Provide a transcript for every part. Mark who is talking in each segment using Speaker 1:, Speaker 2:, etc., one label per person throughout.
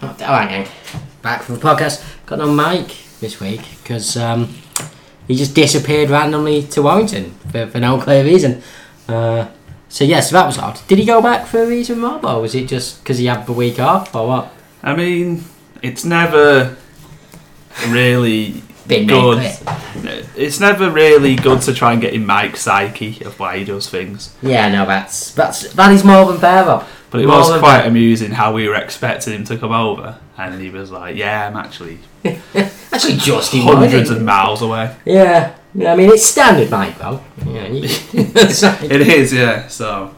Speaker 1: All right, gang. Back for the podcast. Got no Mike this week because um, he just disappeared randomly to Warrington for, for no clear reason. Uh, so, yes, that was odd. Did he go back for a reason, Rob, or was it just because he had the week off, or what?
Speaker 2: I mean, it's never really
Speaker 1: Been made
Speaker 2: good. It's never really good to try and get in Mike's psyche of why he does things.
Speaker 1: Yeah, no, that's that's that is more than fair, Rob.
Speaker 2: But it
Speaker 1: More
Speaker 2: was
Speaker 1: than
Speaker 2: quite
Speaker 1: fair.
Speaker 2: amusing how we were expecting him to come over, and he was like, "Yeah, I'm actually
Speaker 1: Actually, just in
Speaker 2: hundreds
Speaker 1: Warrington.
Speaker 2: of miles away."
Speaker 1: Yeah, yeah. I mean, it's standard, Mike, though. Yeah, you- it's like-
Speaker 2: It is, yeah. So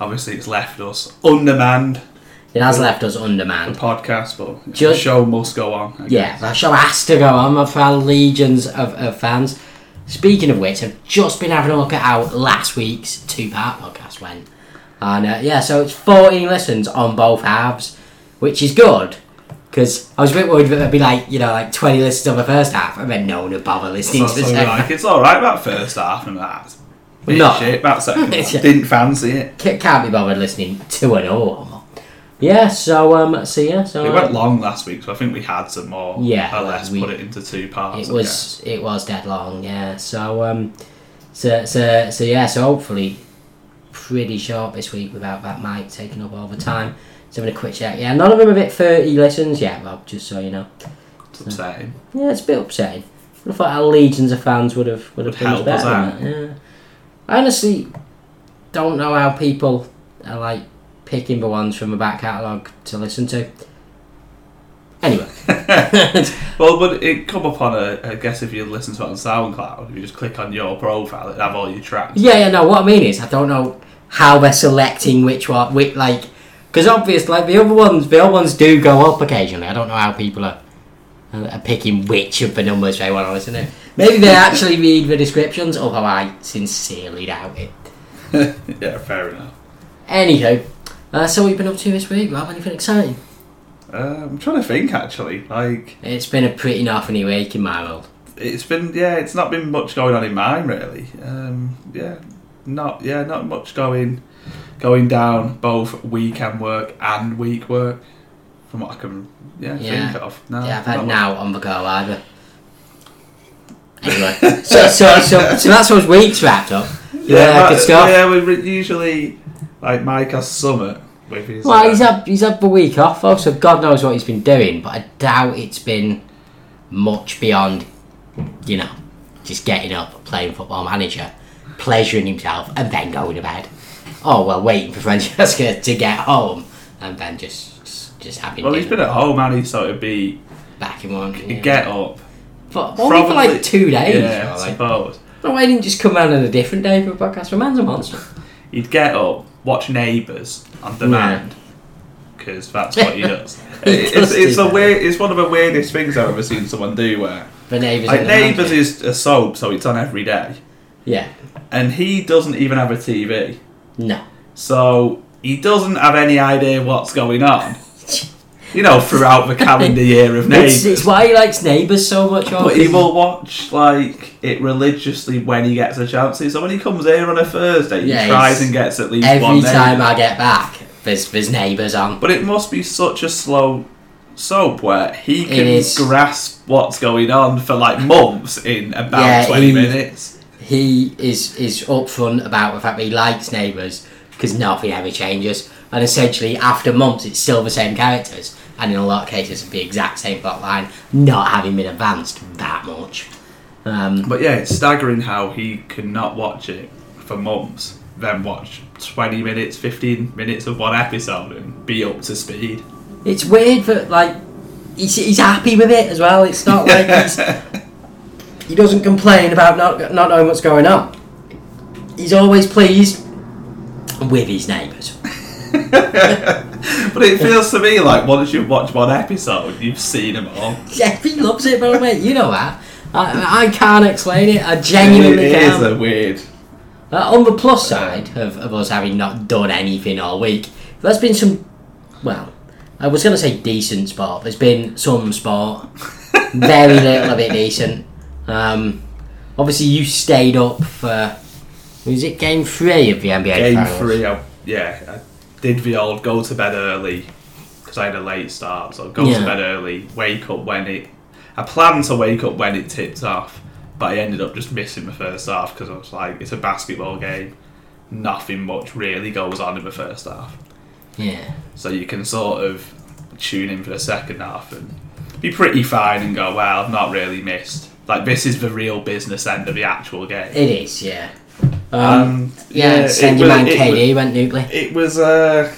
Speaker 2: obviously, it's left us undermanned
Speaker 1: it has left us
Speaker 2: the
Speaker 1: undermanned.
Speaker 2: podcast, but the
Speaker 1: Just-
Speaker 2: show must go on. I
Speaker 1: Yeah, that show has to go on for our legions of, of fans. Speaking of which, I've just been having a look at how last week's two part podcast went. And uh, yeah, so it's 14 listens on both halves, which is good. Because I was a bit worried that there'd be like, you know, like 20 listens on the first half, and then no one would bother listening
Speaker 2: So,
Speaker 1: to the
Speaker 2: so
Speaker 1: second half.
Speaker 2: like, it's all right that first half, and that's bit
Speaker 1: No.
Speaker 2: shit. That second, half.
Speaker 1: Yeah.
Speaker 2: didn't fancy it.
Speaker 1: Ca- Can't be bothered listening to an all. Yeah, so, um, so yeah, so.
Speaker 2: It
Speaker 1: uh,
Speaker 2: went long last week, so I think we had some more.
Speaker 1: Yeah,
Speaker 2: or less
Speaker 1: we-
Speaker 2: put it into two parts.
Speaker 1: it
Speaker 2: I guess.
Speaker 1: was it was dead long yeah so um so so so yeah so hopefully pretty short this week without that mic taking up all the time so i'm gonna quick check yeah none of them have hit 30 listens yet rob just so you know
Speaker 2: It's upsetting.
Speaker 1: yeah it's a bit upsetting i thought our legions of fans would have would have
Speaker 2: Would
Speaker 1: done us
Speaker 2: help
Speaker 1: better
Speaker 2: us
Speaker 1: than
Speaker 2: out.
Speaker 1: that, yeah i honestly don't know how people are like picking the ones from the back catalogue to listen to anyway
Speaker 2: Well, but it come up on a. I guess if you listen to it on SoundCloud, if you just click on your profile, it'd have all your tracks.
Speaker 1: Yeah, yeah, no. What I mean is, I don't know how they're selecting which one, which like, because obviously, like the other ones, the other ones do go up occasionally. I don't know how people are, are picking which of the numbers they want to listen to. Maybe they actually read the descriptions, although I sincerely doubt it.
Speaker 2: yeah, fair enough.
Speaker 1: Anywho, uh, so we've been up to this week. Rob, anything exciting?
Speaker 2: Uh, I'm trying to think actually. Like
Speaker 1: It's been a pretty nothing week in my world.
Speaker 2: it's been, yeah, it's not been much going on in mine really. Um, yeah, not yeah, not much going going down both weekend work and week work from what I can yeah,
Speaker 1: Yeah.
Speaker 2: think of. No,
Speaker 1: yeah, I've
Speaker 2: Oh, not
Speaker 1: had
Speaker 2: much.
Speaker 1: now on the go either. Anyway, so, so, so, so that's what's week's wrapped up.
Speaker 2: but-
Speaker 1: good stuff.
Speaker 2: Yeah, we re- usually like Mike has summer with his.
Speaker 1: Well, he's
Speaker 2: uh,
Speaker 1: had he's had the week off, though, so God knows what he's been doing. But I doubt it's been much beyond, you know, just getting up, playing football manager, pleasuring himself, and then going to bed. Oh well, waiting for Francesca to get home, and then just just having
Speaker 2: well, he's been
Speaker 1: dinner
Speaker 2: at home, and he's so it'd be
Speaker 1: back in one.
Speaker 2: he'd get up.
Speaker 1: but only for
Speaker 2: probably-
Speaker 1: like two days.
Speaker 2: Yeah,
Speaker 1: or,
Speaker 2: I
Speaker 1: like,
Speaker 2: suppose
Speaker 1: no, why didn't you just come round on a different day for a podcast? The man's a monster.
Speaker 2: he'd get up, watch Neighbours on demand, because that's what he does.
Speaker 1: He
Speaker 2: it's
Speaker 1: does
Speaker 2: it's
Speaker 1: do
Speaker 2: a
Speaker 1: that.
Speaker 2: weird. It's one of the weirdest things I've ever seen someone do. Where
Speaker 1: The neighbours.
Speaker 2: like
Speaker 1: in the mountain.
Speaker 2: Neighbours is a soap, so it's on every day,
Speaker 1: Yeah.
Speaker 2: and he doesn't even have a TV.
Speaker 1: No.
Speaker 2: So he doesn't have any idea what's going on. You know, throughout the calendar year of
Speaker 1: It's,
Speaker 2: neighbours.
Speaker 1: it's why he likes neighbours so much.
Speaker 2: But
Speaker 1: Rob.
Speaker 2: he will watch like it religiously when he gets a chance. So when he comes here on a Thursday,
Speaker 1: Yeah,
Speaker 2: he tries
Speaker 1: he's-
Speaker 2: and gets at least
Speaker 1: Every
Speaker 2: one
Speaker 1: time
Speaker 2: name.
Speaker 1: I get back, there's there's neighbours on.
Speaker 2: But it must be such a slow soap where he can
Speaker 1: is.
Speaker 2: grasp what's going on for like months in about
Speaker 1: Yeah,
Speaker 2: twenty
Speaker 1: he-
Speaker 2: minutes.
Speaker 1: He is is upfront about the fact that he likes neighbours because nothing ever changes, and essentially after months it's still the same characters, and in a lot of cases the exact same plot line, not having been advanced that much. Um,
Speaker 2: But yeah, it's staggering how he cannot watch it for months, then watch twenty minutes, fifteen minutes of one episode and be up to speed.
Speaker 1: it's weird that like he's, he's happy with it as well. It's not like he's he doesn't complain about not not knowing what's going on. He's always pleased with his neighbours.
Speaker 2: But it feels to me like once you've watched one episode, you've seen them all.
Speaker 1: Yeah, he loves it, by the way. You know that. I, I can't explain it. I
Speaker 2: It
Speaker 1: genuinely
Speaker 2: is
Speaker 1: can't.
Speaker 2: a weird
Speaker 1: Uh, on the plus side of, of us having not done anything all week, there's been some, well, I was going to say decent sport. There's been some sport. Very little of it decent. Um, obviously, you stayed up for, was it game three of the NBA
Speaker 2: game
Speaker 1: finals?
Speaker 2: three. I, yeah, I did the old go to bed early because I had a late start, so I'd go
Speaker 1: Yeah.
Speaker 2: to bed early, wake up when it. I planned to wake up when it tipped off, but I ended up just missing the first half because I was like, it's a basketball game. Nothing much really goes on in the first half,
Speaker 1: Yeah.
Speaker 2: so you can sort of tune in for the second half and be pretty fine and go, well, I've not really missed. Like this is the real business end of the actual game.
Speaker 1: It is, yeah. Um,
Speaker 2: Um,
Speaker 1: yeah,
Speaker 2: it
Speaker 1: send your
Speaker 2: was-
Speaker 1: man
Speaker 2: it was-
Speaker 1: KD went nuclear.
Speaker 2: it was uh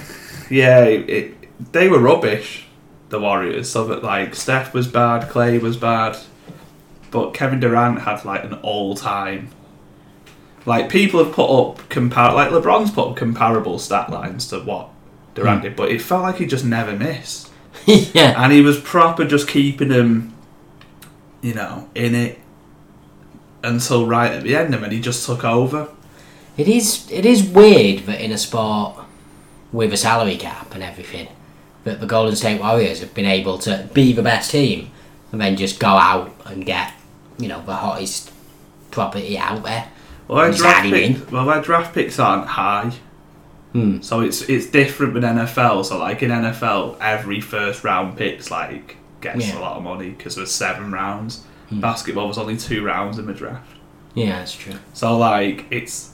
Speaker 2: yeah it, it- they were rubbish the warriors so that like steph was bad clay was bad but kevin durant had like an all-time like people have put up compar like lebron's put up comparable stat lines to what durant did but it felt like he just never missed
Speaker 1: yeah.
Speaker 2: and he was proper just keeping him you know in it until right at the end and then he just took over
Speaker 1: It is it is weird that in a sport with a salary cap and everything, that the Golden State Warriors have been able to be the best team and then just go out and get, you know, the hottest property out there.
Speaker 2: Well, their
Speaker 1: He's
Speaker 2: draft,
Speaker 1: adding
Speaker 2: pick, well, their draft picks aren't high,
Speaker 1: Hmm.
Speaker 2: so it's it's different than NFL. So, like in NFL, every first round picks like gets
Speaker 1: Yeah. Hmm.
Speaker 2: a lot of money because there's seven rounds. Basketball was only two rounds in the draft,
Speaker 1: Yeah, that's true.
Speaker 2: so like it's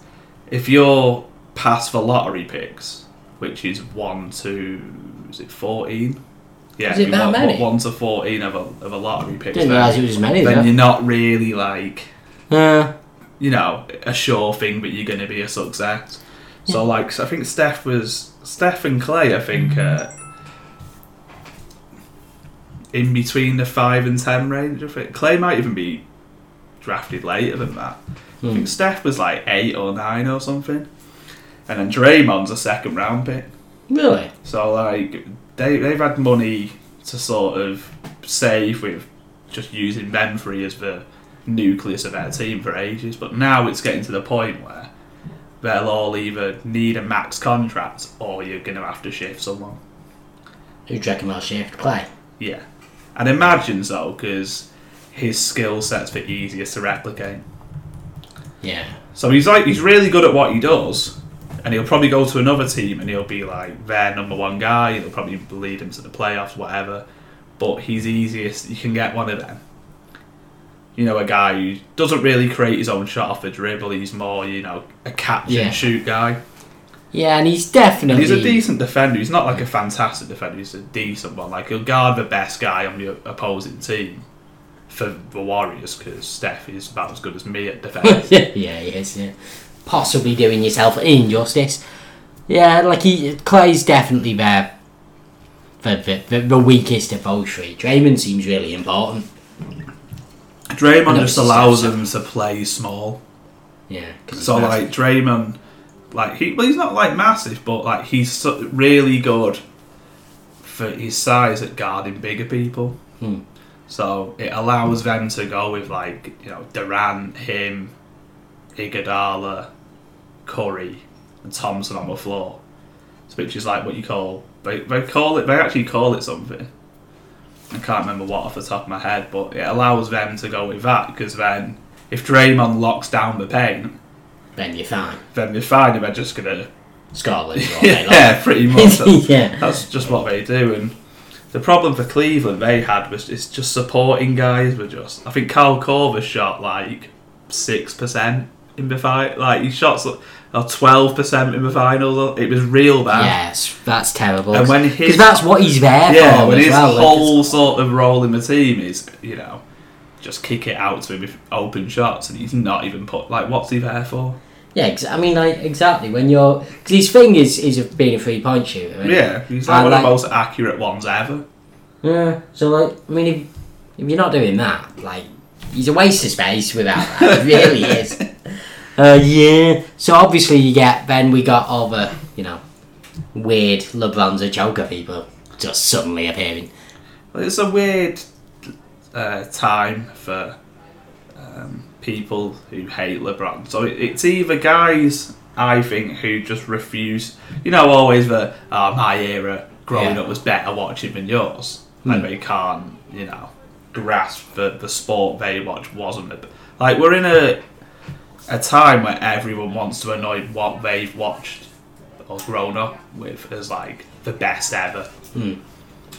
Speaker 2: if you're past the lottery picks, which is one to is it fourteen? Yeah,
Speaker 1: Is it
Speaker 2: you
Speaker 1: that
Speaker 2: want-
Speaker 1: many?
Speaker 2: want one to fourteen of a of a lottery pick.
Speaker 1: Didn't realise
Speaker 2: then
Speaker 1: it was as many
Speaker 2: then
Speaker 1: though.
Speaker 2: you're not really like
Speaker 1: Uh,
Speaker 2: you know, a sure thing but you're going to be a success. So, like, so I think Steph was Steph and Clay. I think uh, in between the five and ten range. I think Clay might even be drafted later than that. I think Steph was like eight or nine or something, and then Draymond's a second round pick.
Speaker 1: really?
Speaker 2: So like they they've had money to sort of save with just using them three as the nucleus of their team for ages, but now it's getting to the point where they'll all either need a max contract or you're gonna have to shift someone.
Speaker 1: Who do you reckon will shift play?
Speaker 2: Yeah, and imagine so because his skill set's the easiest to replicate.
Speaker 1: Yeah.
Speaker 2: So he's like he's really good at what he does, and he'll probably go to another team and he'll be like their number one guy. He'll probably lead him to the playoffs, whatever. But he's easiest. You can get one of them. You know, a guy who doesn't really create his own shot off a dribble. He's more, you know, a catch
Speaker 1: Yeah.
Speaker 2: and shoot guy.
Speaker 1: Yeah, and he's definitely
Speaker 2: He's a decent defender. He's not like a fantastic defender. He's a decent one. Like he'll guard the best guy on the opposing team for the Warriors because Steph is about as good as me at defense.
Speaker 1: yeah, he is. Yeah. Possibly doing yourself an injustice. Yeah, like he Clay's definitely there. The, the, the, the weakest of those three. Draymond seems really important.
Speaker 2: Draymond
Speaker 1: No, it's
Speaker 2: just allows
Speaker 1: just-
Speaker 2: them to play small.
Speaker 1: Yeah. 'cause he's
Speaker 2: So
Speaker 1: fast.
Speaker 2: like Draymond, like he, well, he's not like massive, but like he's so, really good for his size at guarding bigger people.
Speaker 1: Hmm.
Speaker 2: So it allows them to go with like you know Durant, him, Iguodala, Curry, and Thompson on the floor, So, which is like what you call they, they call it they actually call it something. I can't remember what off the top of my head, but it allows them to go with that because then if Draymond locks down the paint,
Speaker 1: then you're fine.
Speaker 2: then they find him, they're just gonna
Speaker 1: Scotland. all day long.
Speaker 2: yeah, pretty much. That's,
Speaker 1: yeah.
Speaker 2: that's just what they do. And the problem for Cleveland they had was it's just supporting guys were just. I think Carl Corver shot like six percent in the fight. Like he shot or twelve percent in the finals. It was real bad.
Speaker 1: Yes, that's terrible.
Speaker 2: And when his-
Speaker 1: because that's what he's there
Speaker 2: yeah,
Speaker 1: for
Speaker 2: when
Speaker 1: Oh, as
Speaker 2: his
Speaker 1: well. like,
Speaker 2: whole sort of role in the team is you know. Just kick it out to him with open shots, and he's not even put. Like, what's he there for?
Speaker 1: yeah, ex- I mean, like exactly when you're because his thing is is of being a three point shooter. isn't it?
Speaker 2: Yeah, he's
Speaker 1: I
Speaker 2: like one of the
Speaker 1: like-
Speaker 2: most accurate ones ever.
Speaker 1: Yeah. So like, I mean, if, if you're not doing that, like, he's a waste of space without that. He really is. Uh, yeah. So obviously you get then we got all the you know weird LeBron's a Joker people just suddenly appearing.
Speaker 2: Well, It's a weird uh, time for um, people who hate LeBron. So it- it's either guys, I think, who just refuse. You know, always the oh, my era growing
Speaker 1: Yeah.
Speaker 2: up was better watching than yours. Like they can't, you know, grasp that the sport they watch wasn't. A, like we're in a a time where everyone wants to annoy what they've watched or grown up with as like the best ever.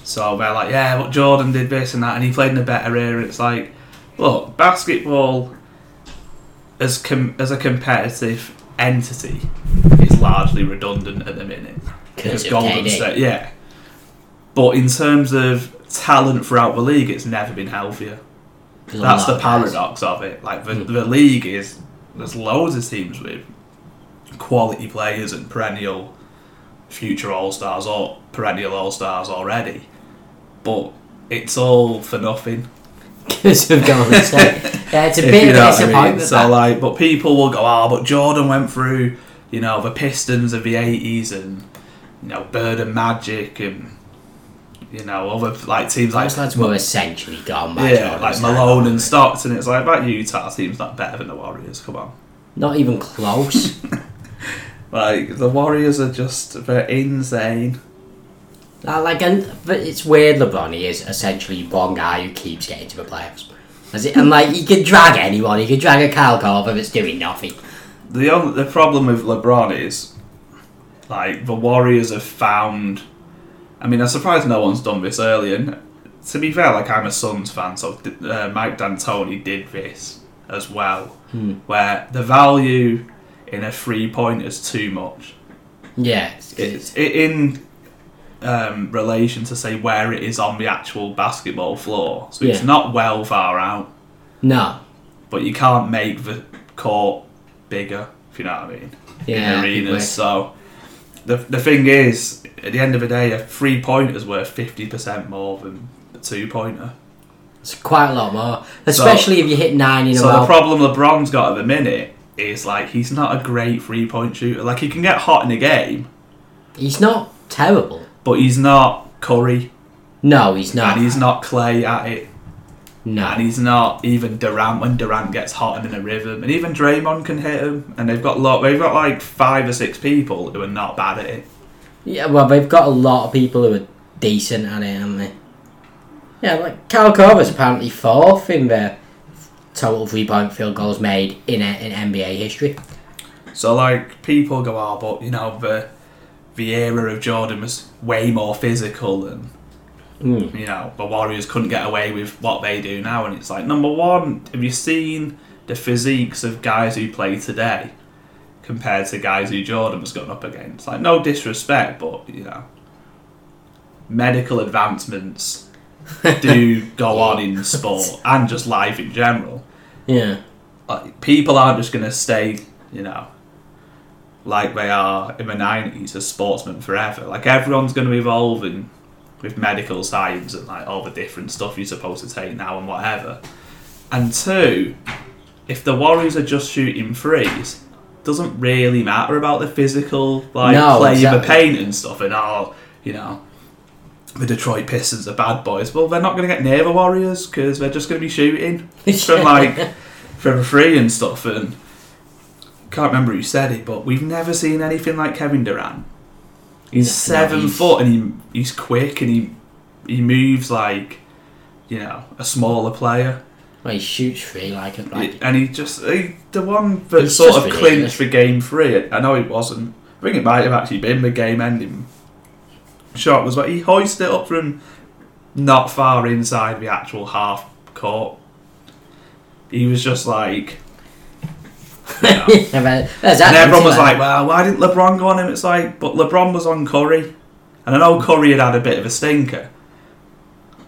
Speaker 2: So they're like, yeah, but Jordan did this and that, and he played in a better era. It's like, look, basketball as com- as a competitive entity is largely redundant at the minute.
Speaker 1: Because of
Speaker 2: Golden
Speaker 1: KD.
Speaker 2: State, yeah. But in terms of talent throughout the league, it's never been healthier.
Speaker 1: There's a lot
Speaker 2: That's the
Speaker 1: of guys.
Speaker 2: paradox of it. Like the,
Speaker 1: Mm.
Speaker 2: the league is there's loads of teams with quality players and perennial future all stars or perennial all stars already, but it's all for nothing.
Speaker 1: Because of Golden State. Yeah, it's a
Speaker 2: if
Speaker 1: bit
Speaker 2: you know what I mean.
Speaker 1: disappointing.
Speaker 2: So
Speaker 1: that-
Speaker 2: like, but people will go, oh, but Jordan went through, you know, the Pistons of the eighties and you know Bird and Magic and you know other like teams like
Speaker 1: Those lads were essentially gone by
Speaker 2: yeah,
Speaker 1: Jordan
Speaker 2: like
Speaker 1: State.
Speaker 2: Malone and Stockton. It's like that Utah team's not better than the Warriors. Come on,
Speaker 1: Not even close.
Speaker 2: like the Warriors are just they're insane.
Speaker 1: Uh, like, and but it's weird. LeBron he is essentially one guy who keeps getting to the playoffs. As it, and like, he can drag anyone. He can drag a Kyle Korver that's doing nothing.
Speaker 2: The only, the problem with LeBron is like the Warriors have found. I mean, I'm surprised no one's done this earlier. And to be fair, like I'm a Suns fan, so uh, Mike D'Antoni did this as well, where the value in a three point is too much.
Speaker 1: Yeah, it's, it's,
Speaker 2: it's i in um, relation to say where it is on the actual basketball floor. So it's
Speaker 1: Yeah.
Speaker 2: not well far out,
Speaker 1: no.
Speaker 2: but you can't make the court bigger, if you know what I mean.
Speaker 1: Yeah,
Speaker 2: in
Speaker 1: people-
Speaker 2: arenas. So the the thing is, at the end of the day, a three pointer's worth fifty percent more than a two pointer.
Speaker 1: It's quite a lot more, especially if you hit nine in a
Speaker 2: So the
Speaker 1: row.
Speaker 2: problem LeBron's got at the minute is like he's not a great three point shooter. Like he can get hot in a game,
Speaker 1: he's not terrible.
Speaker 2: but he's not Curry
Speaker 1: No, he's not.
Speaker 2: and he's not Clay at it.
Speaker 1: no,
Speaker 2: and he's not even Durant when Durant gets hot and in a rhythm, and even Draymond can hit him. And they've got lot, they've got like five or six people who are not bad at it.
Speaker 1: Yeah, well, they've got a lot of people who are decent at it, haven't they? Yeah, like Cal Corver's apparently fourth in the total three point field goals made in, uh, in NBA history.
Speaker 2: So like people go, oh, but you know the the era of Jordan was way more physical, and
Speaker 1: Mm.
Speaker 2: you know the Warriors couldn't get away with what they do now. And it's like number one, have you seen the physiques of guys who play today compared to guys who Jordan was going up against? Like no disrespect, but you know medical advancements do go on in sport and just life in general.
Speaker 1: Yeah,
Speaker 2: Like, uh, people aren't just going to stay, you know, like they are in the 90s as sportsmen forever. Like, everyone's going to evolve and with medical science and like all the different stuff you're supposed to take now and whatever. And two, if the Warriors are just shooting threes, doesn't really matter about the physical, like
Speaker 1: No,
Speaker 2: play of the
Speaker 1: exactly.
Speaker 2: paint and stuff, and all you know. The Detroit Pistons are bad boys. Well, they're not going to get near the Warriors because they're just going to be shooting from like from free and stuff. And can't remember who said it, but we've never seen anything like Kevin Durant. He's
Speaker 1: No,
Speaker 2: seven
Speaker 1: he's-
Speaker 2: foot and he he's quick and he he moves like you know a smaller player.
Speaker 1: well, he shoots free like a like.
Speaker 2: And he just he, the one that
Speaker 1: He's
Speaker 2: sort
Speaker 1: just
Speaker 2: of
Speaker 1: ridiculous.
Speaker 2: clinched for game three. I know it wasn't. I think it might have actually been the game ending shot was like he hoisted it up from not far inside the actual half court. He was just like. you know,
Speaker 1: There's that
Speaker 2: and everyone was
Speaker 1: empty
Speaker 2: like, well, why didn't LeBron go on him? It's like, but LeBron was on Curry. And I know Curry had had a bit of a stinker.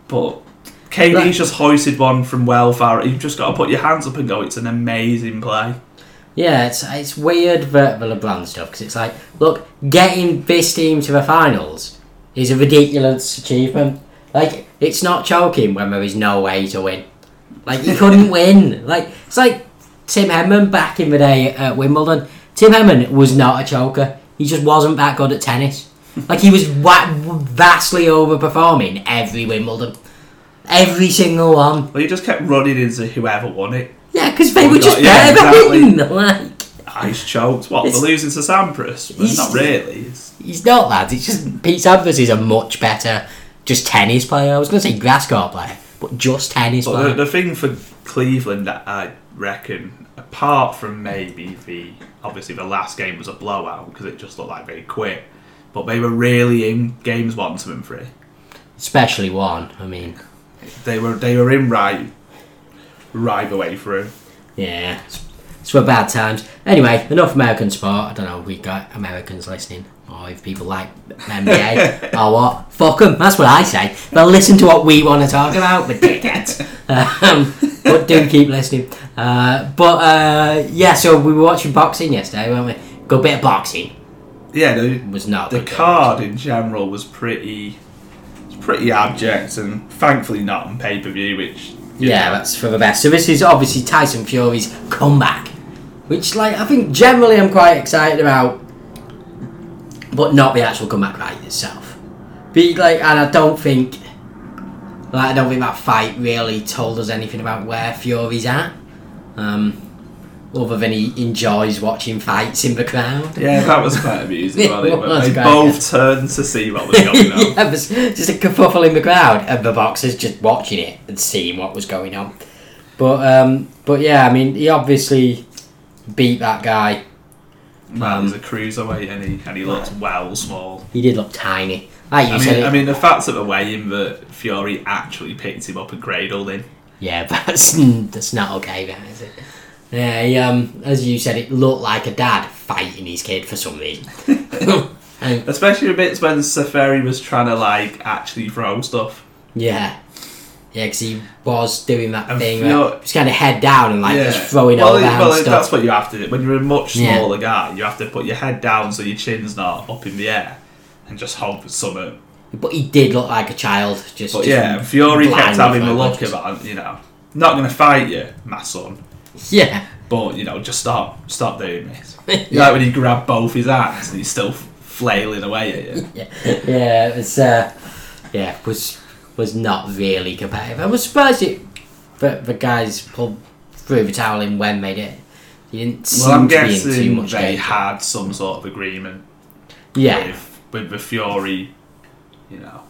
Speaker 2: But KD's
Speaker 1: Right.
Speaker 2: just hoisted one from well far. You've just got to put your hands up and go, it's an amazing play.
Speaker 1: Yeah, it's it's weird that the LeBron stuff because it's like, look, getting this team to the finals is a ridiculous achievement. Like, it's not choking when there is no way to win. Like, you couldn't win. Like, it's like Tim Hemman back in the day at Wimbledon. Tim Hemman was not a choker. He just wasn't that good at tennis. Like, he was wa- vastly overperforming every Wimbledon, every single one.
Speaker 2: But he just kept running into whoever won it.
Speaker 1: Yeah, because they were
Speaker 2: Yeah,
Speaker 1: just better
Speaker 2: exactly.
Speaker 1: than him. Like.
Speaker 2: Ice choked. What, they're
Speaker 1: It's-
Speaker 2: losing to Sampras? Well,
Speaker 1: He's-
Speaker 2: not really. It's,
Speaker 1: He's not, lads. It's just Pete Sampras is a much better just tennis player. I was going to say grass court player, but just tennis
Speaker 2: but
Speaker 1: player.
Speaker 2: the, the thing for Cleveland, I reckon, apart from maybe the... Obviously, the last game was a blowout because it just looked like they quit. But they were really in games one, two and three.
Speaker 1: especially one. I mean,
Speaker 2: They were they were in right, right the way through.
Speaker 1: yeah, it's, it's for bad times. Anyway, enough American sport. I don't know. if We got Americans listening, or if people like NBA or what. Fuck them. That's what I say. They'll listen to what we want to talk about, but dickheads. um, but do keep listening. Uh, but uh, yeah, so we were watching boxing yesterday, weren't we? Good bit of boxing.
Speaker 2: Yeah, the,
Speaker 1: Was not
Speaker 2: the
Speaker 1: good.
Speaker 2: card in general was pretty, was pretty abject, and thankfully not on pay per view, which you
Speaker 1: Yeah,
Speaker 2: know,
Speaker 1: that's for the best. So this is obviously Tyson Fury's comeback, which like I think generally I'm quite excited about, but not the actual comeback right itself. Be like, and I don't think, like I don't think that fight really told us anything about where Fury's at, um, other than he enjoys watching fights in the crowd.
Speaker 2: Yeah, that was quite amusing. wasn't
Speaker 1: It
Speaker 2: it? When
Speaker 1: was
Speaker 2: they
Speaker 1: great,
Speaker 2: both turned to see what was going on.
Speaker 1: yeah, there's just a kerfuffle in the crowd, and the boxers just watching it and seeing what was going on. But um, but yeah, I mean, he obviously beat that guy.
Speaker 2: Man,
Speaker 1: Um,
Speaker 2: he's a cruiserweight, and he and he looked well small.
Speaker 1: He did look tiny. Like you
Speaker 2: I
Speaker 1: said,
Speaker 2: mean,
Speaker 1: it-
Speaker 2: I mean, the facts of the weigh-in that Fury actually picked him up and cradled him.
Speaker 1: yeah, that's that's not okay, that is it? Yeah, he, um, as you said, it looked like a dad fighting his kid for some reason. And,
Speaker 2: Especially the bits when Safari was trying to like actually throw stuff.
Speaker 1: yeah. Yeah, because he was doing that
Speaker 2: And
Speaker 1: thing
Speaker 2: Fury-
Speaker 1: where he's kind of head down and like just throwing
Speaker 2: well,
Speaker 1: all
Speaker 2: it-
Speaker 1: around
Speaker 2: well, it-
Speaker 1: stuff.
Speaker 2: that's what you have to do when you're a much
Speaker 1: Yeah.
Speaker 2: smaller guy. You have to put your head down so your chin's not up in the air, and just hope for something.
Speaker 1: But he did look like a child. Just,
Speaker 2: But
Speaker 1: just
Speaker 2: yeah, Fury
Speaker 1: blind
Speaker 2: kept having
Speaker 1: with
Speaker 2: a look
Speaker 1: punches.
Speaker 2: about. You know, not going to fight you, my son.
Speaker 1: Yeah,
Speaker 2: But you know, just stop, stop doing this.
Speaker 1: Yeah.
Speaker 2: Like when he grabbed both his hands and he's still flailing away at you.
Speaker 1: yeah, yeah. It was, uh, yeah, was was not really competitive. I was surprised it, but the guys pulled threw the towel in when they did. You didn't seem
Speaker 2: Well, I'm
Speaker 1: to be in too
Speaker 2: guessing
Speaker 1: much
Speaker 2: they
Speaker 1: danger.
Speaker 2: had some sort of agreement
Speaker 1: Yeah,
Speaker 2: with with the Fury, you know,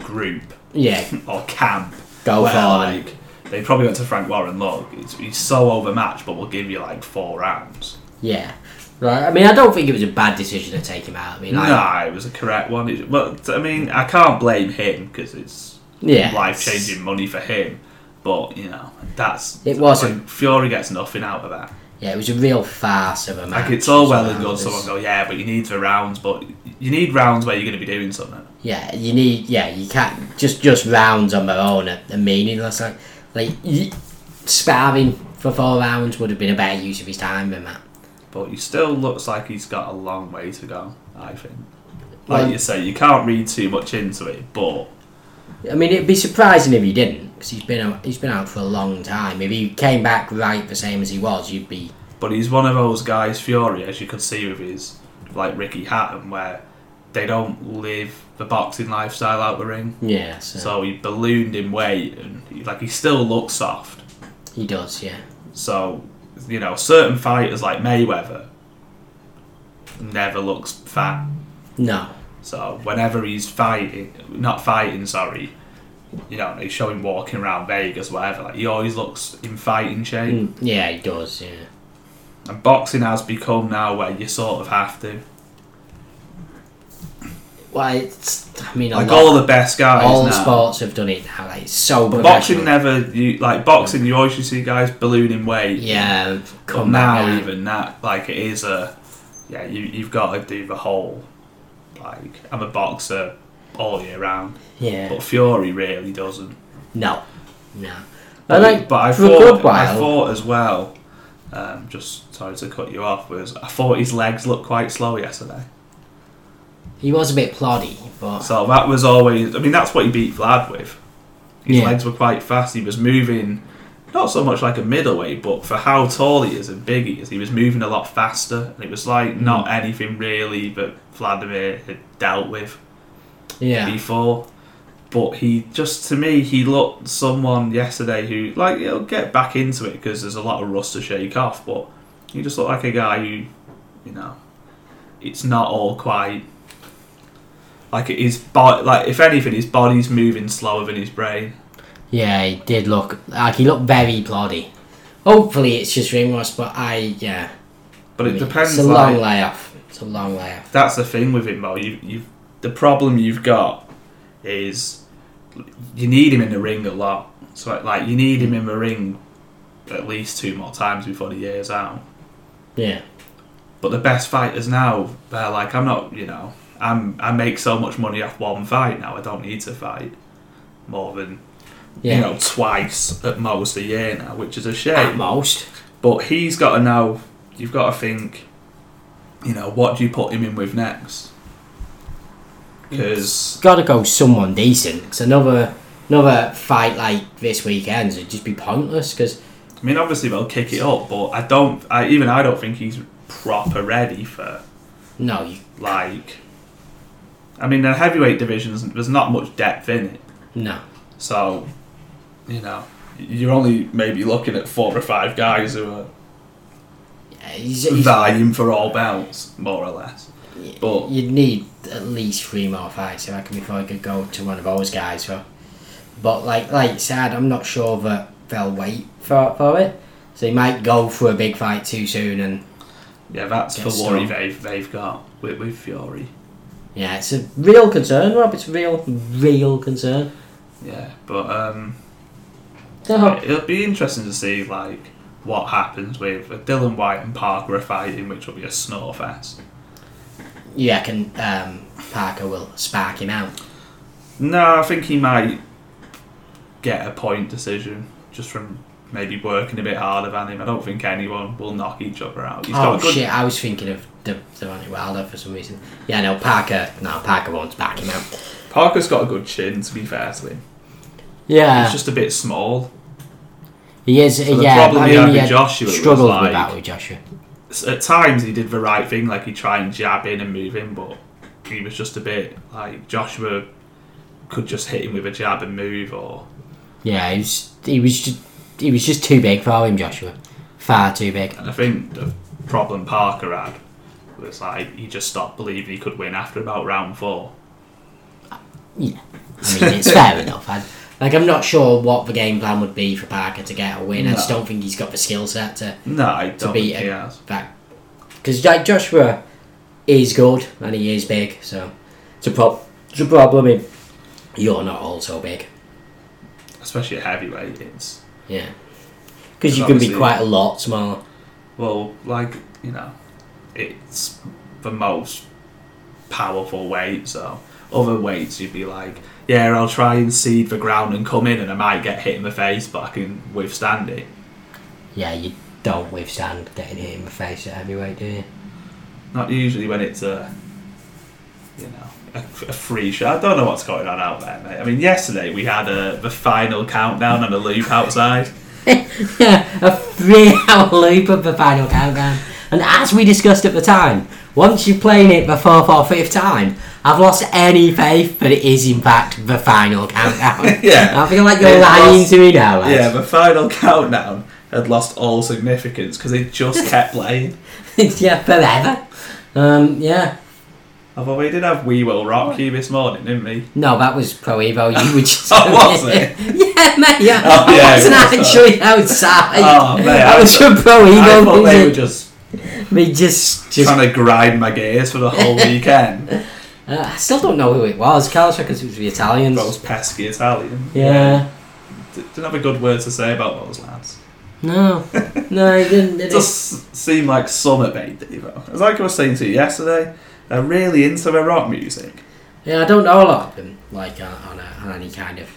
Speaker 2: group
Speaker 1: yeah.
Speaker 2: or camp.
Speaker 1: Go
Speaker 2: where,
Speaker 1: for it.
Speaker 2: like, they probably went to Frank Warren. Look, it's, he's so overmatched, but we'll give you like four rounds.
Speaker 1: Yeah. Right. I mean, I don't think it was a bad decision to take him out. I mean, like,
Speaker 2: Nah, it was a correct one. It, but I mean, I can't blame him because it's
Speaker 1: yeah,
Speaker 2: life changing money for him. But you know, that's
Speaker 1: It wasn't.
Speaker 2: like, Fury gets nothing out of that.
Speaker 1: Yeah, it was a real farce of a match.
Speaker 2: Like it's all well and
Speaker 1: somehow.
Speaker 2: good. Someone go, yeah, but you need the rounds. But you need rounds where you're going to be doing something.
Speaker 1: Yeah, you need. Yeah, you can't just just rounds on their own are, are meaningless. Like, like y sparring for four rounds would have been a better use of his time than that.
Speaker 2: But he still looks like he's got a long way to go. I think, like
Speaker 1: Well-
Speaker 2: you say, you can't read too much into it. But
Speaker 1: I mean, it'd be surprising if he didn't, because he's been out, he's been out for a long time. If he came back right the same as he was, you'd be
Speaker 2: but he's one of those guys, Fury, as you could see with his like Ricky Hatton, where they don't live the boxing lifestyle out the ring.
Speaker 1: yeah. So,
Speaker 2: So he ballooned in weight, and he, like he still looks soft.
Speaker 1: he does, yeah.
Speaker 2: So, you know, certain fighters like Mayweather never looks fat.
Speaker 1: No,
Speaker 2: So whenever he's fighting, not fighting, sorry, you know, they show him walking around Vegas, whatever. Like he always looks in fighting shape.
Speaker 1: Mm, yeah, he does, yeah.
Speaker 2: And boxing has become now where you sort of have to.
Speaker 1: Well, it's I mean, a
Speaker 2: Like
Speaker 1: lot-
Speaker 2: all the best guys
Speaker 1: all
Speaker 2: now.
Speaker 1: sports have done it now. Like it's so
Speaker 2: Boxing
Speaker 1: professional.
Speaker 2: never, you like boxing. You always see guys ballooning weight.
Speaker 1: yeah,
Speaker 2: But
Speaker 1: come
Speaker 2: now
Speaker 1: back now.
Speaker 2: even that, like it is a, yeah, you you've got to do the whole, like I'm a boxer all year round,
Speaker 1: yeah.
Speaker 2: but Fury really doesn't.
Speaker 1: No, no. I
Speaker 2: But-
Speaker 1: like,
Speaker 2: but I
Speaker 1: for a
Speaker 2: thought
Speaker 1: good
Speaker 2: I
Speaker 1: while.
Speaker 2: thought as well. Um, just sorry to cut you off. Was I thought his legs looked quite slow yesterday.
Speaker 1: he was a bit ploddy, but
Speaker 2: So that was always. I mean, that's what he beat Vlad with. His
Speaker 1: Yeah.
Speaker 2: legs were quite fast. He was moving, not so much like a middleweight, but for how tall he is and big he is, he was moving a lot faster. And it was like not
Speaker 1: Mm.
Speaker 2: anything really that Vladimir had dealt with
Speaker 1: yeah,
Speaker 2: before. But he just to me, he looked someone yesterday who like he'll get back into it because there's a lot of rust to shake off. But he just looked like a guy who, you know, it's not all quite like his body. Like if anything, his body's moving slower than his brain.
Speaker 1: yeah, he did look like he looked very ploddy. Hopefully, it's just ring rust, but I yeah.
Speaker 2: But it
Speaker 1: I mean,
Speaker 2: depends.
Speaker 1: It's a long
Speaker 2: like,
Speaker 1: layoff. It's a long layoff.
Speaker 2: that's the thing with him, though. You, you've the problem you've got is you need him in the ring a lot. So like you need him in the ring at least two more times before the year's out.
Speaker 1: Yeah.
Speaker 2: But the best fighters now, they're like, I'm not, you know, I'm I make so much money off one fight now. I don't need to fight more than
Speaker 1: Yeah.
Speaker 2: you know twice at most a year now, which is a
Speaker 1: At
Speaker 2: shame.
Speaker 1: most.
Speaker 2: But he's got to know. You've got to think. You know what do you put him in with next? Because
Speaker 1: Gotta go someone decent. Because another another fight like this weekend would just be pointless. Because
Speaker 2: I mean, obviously they'll kick it up, but I don't. I, even I don't think he's proper ready for
Speaker 1: no, you,
Speaker 2: like. I mean, the heavyweight divisions there's not much depth in it,
Speaker 1: no.
Speaker 2: so you know you're only maybe looking at four or five guys who are
Speaker 1: He's, he's-
Speaker 2: vying for all belts, more or less. But
Speaker 1: You'd need at least three more fights, I reckon, before I could go to one of those guys. For, but like like you said, I'm not sure that they'll wait for for it. So he might go for a big fight too soon, and
Speaker 2: Yeah, that's
Speaker 1: Get
Speaker 2: the
Speaker 1: strong.
Speaker 2: worry they've, they've got with, with Fury.
Speaker 1: yeah, it's a real concern, Rob. It's a real real concern.
Speaker 2: Yeah, but um,
Speaker 1: So,
Speaker 2: it'll be interesting to see like what happens with Dylan White and Parker are fighting, which will be a snore fest.
Speaker 1: you reckon um, Parker will spark him out?
Speaker 2: No, I think he might get a point decision just from maybe working a bit harder than him. I don't think anyone will knock each other out. He's
Speaker 1: oh
Speaker 2: got a good,
Speaker 1: shit! I was thinking of De- Devontae Wilder for some reason. Yeah, no Parker. No Parker won't spark him out.
Speaker 2: Parker's got a good chin, to be fair to him.
Speaker 1: Yeah,
Speaker 2: He's just a bit small.
Speaker 1: he is.
Speaker 2: the
Speaker 1: yeah,
Speaker 2: problem
Speaker 1: I
Speaker 2: he
Speaker 1: mean,
Speaker 2: had
Speaker 1: he
Speaker 2: with
Speaker 1: had
Speaker 2: Joshua was
Speaker 1: struggled
Speaker 2: like-
Speaker 1: with that with Joshua.
Speaker 2: S- At times he did the right thing, like he tried and jab in and move in, but he was just a bit like Joshua could just hit him with a jab and move or
Speaker 1: Yeah, he was he was just he was just too big for him, Joshua. Far too big.
Speaker 2: And I think the problem Parker had was like he just stopped believing he could win after about round four.
Speaker 1: Yeah, I mean it's fair enough. I, like I'm not sure what the game plan would be for Parker to get a win. I just
Speaker 2: No.
Speaker 1: don't think he's got the skill set to
Speaker 2: No, I don't think he
Speaker 1: beat him.
Speaker 2: has.
Speaker 1: that. Because like Joshua is good and he is big, so it's a prob it's a problem. If you're not also big,
Speaker 2: Especially at heavyweight, it's
Speaker 1: yeah, because you can
Speaker 2: Because
Speaker 1: be
Speaker 2: obviously-
Speaker 1: quite a lot smaller.
Speaker 2: well, like, you know, it's the most powerful weight, so other weights you'd be like, Yeah, I'll try and seed the ground and come in and I might get hit in the face but I can withstand it.
Speaker 1: Yeah, you don't withstand getting hit in the face at heavyweight, do you?
Speaker 2: Not usually when it's a, you know, a, a free show. I don't know what's going on out there, mate. I mean, yesterday we had a, the final countdown on a loop outside.
Speaker 1: yeah, a three hour loop of the final countdown. And as we discussed at the time, once you're playing it the fourth or fifth time, I've lost any faith that it is in fact the final countdown.
Speaker 2: Yeah.
Speaker 1: I feel like you're
Speaker 2: It
Speaker 1: lying
Speaker 2: was-
Speaker 1: to me now, lads.
Speaker 2: Yeah, the final countdown had lost all significance because it just kept playing.
Speaker 1: yeah, forever. Um, yeah.
Speaker 2: Although we did have We Will Rock You this morning, didn't we?
Speaker 1: No, that was Pro Evo. You were just.
Speaker 2: Oh, was it?
Speaker 1: yeah, mate. Yeah.
Speaker 2: Oh, yeah,
Speaker 1: I
Speaker 2: it
Speaker 1: wasn't
Speaker 2: was,
Speaker 1: actually outside.
Speaker 2: Oh, mate,
Speaker 1: That
Speaker 2: I
Speaker 1: was
Speaker 2: thought-
Speaker 1: from Pro
Speaker 2: I
Speaker 1: Evo.
Speaker 2: thought they were
Speaker 1: was it?
Speaker 2: just
Speaker 1: Me just, just
Speaker 2: trying to grind my gears for the whole weekend.
Speaker 1: Uh, I still don't know who it was. Carlos reckons it was the Italians.
Speaker 2: Those pesky Italians.
Speaker 1: Yeah.
Speaker 2: D- Didn't have a good word to say about those lads.
Speaker 1: No. No, it didn't. It
Speaker 2: It does seem like summer bait, Devo. As like I was saying to you yesterday, they're really into their rock music.
Speaker 1: Yeah, I don't know a lot of them, like uh, on, a, on any kind of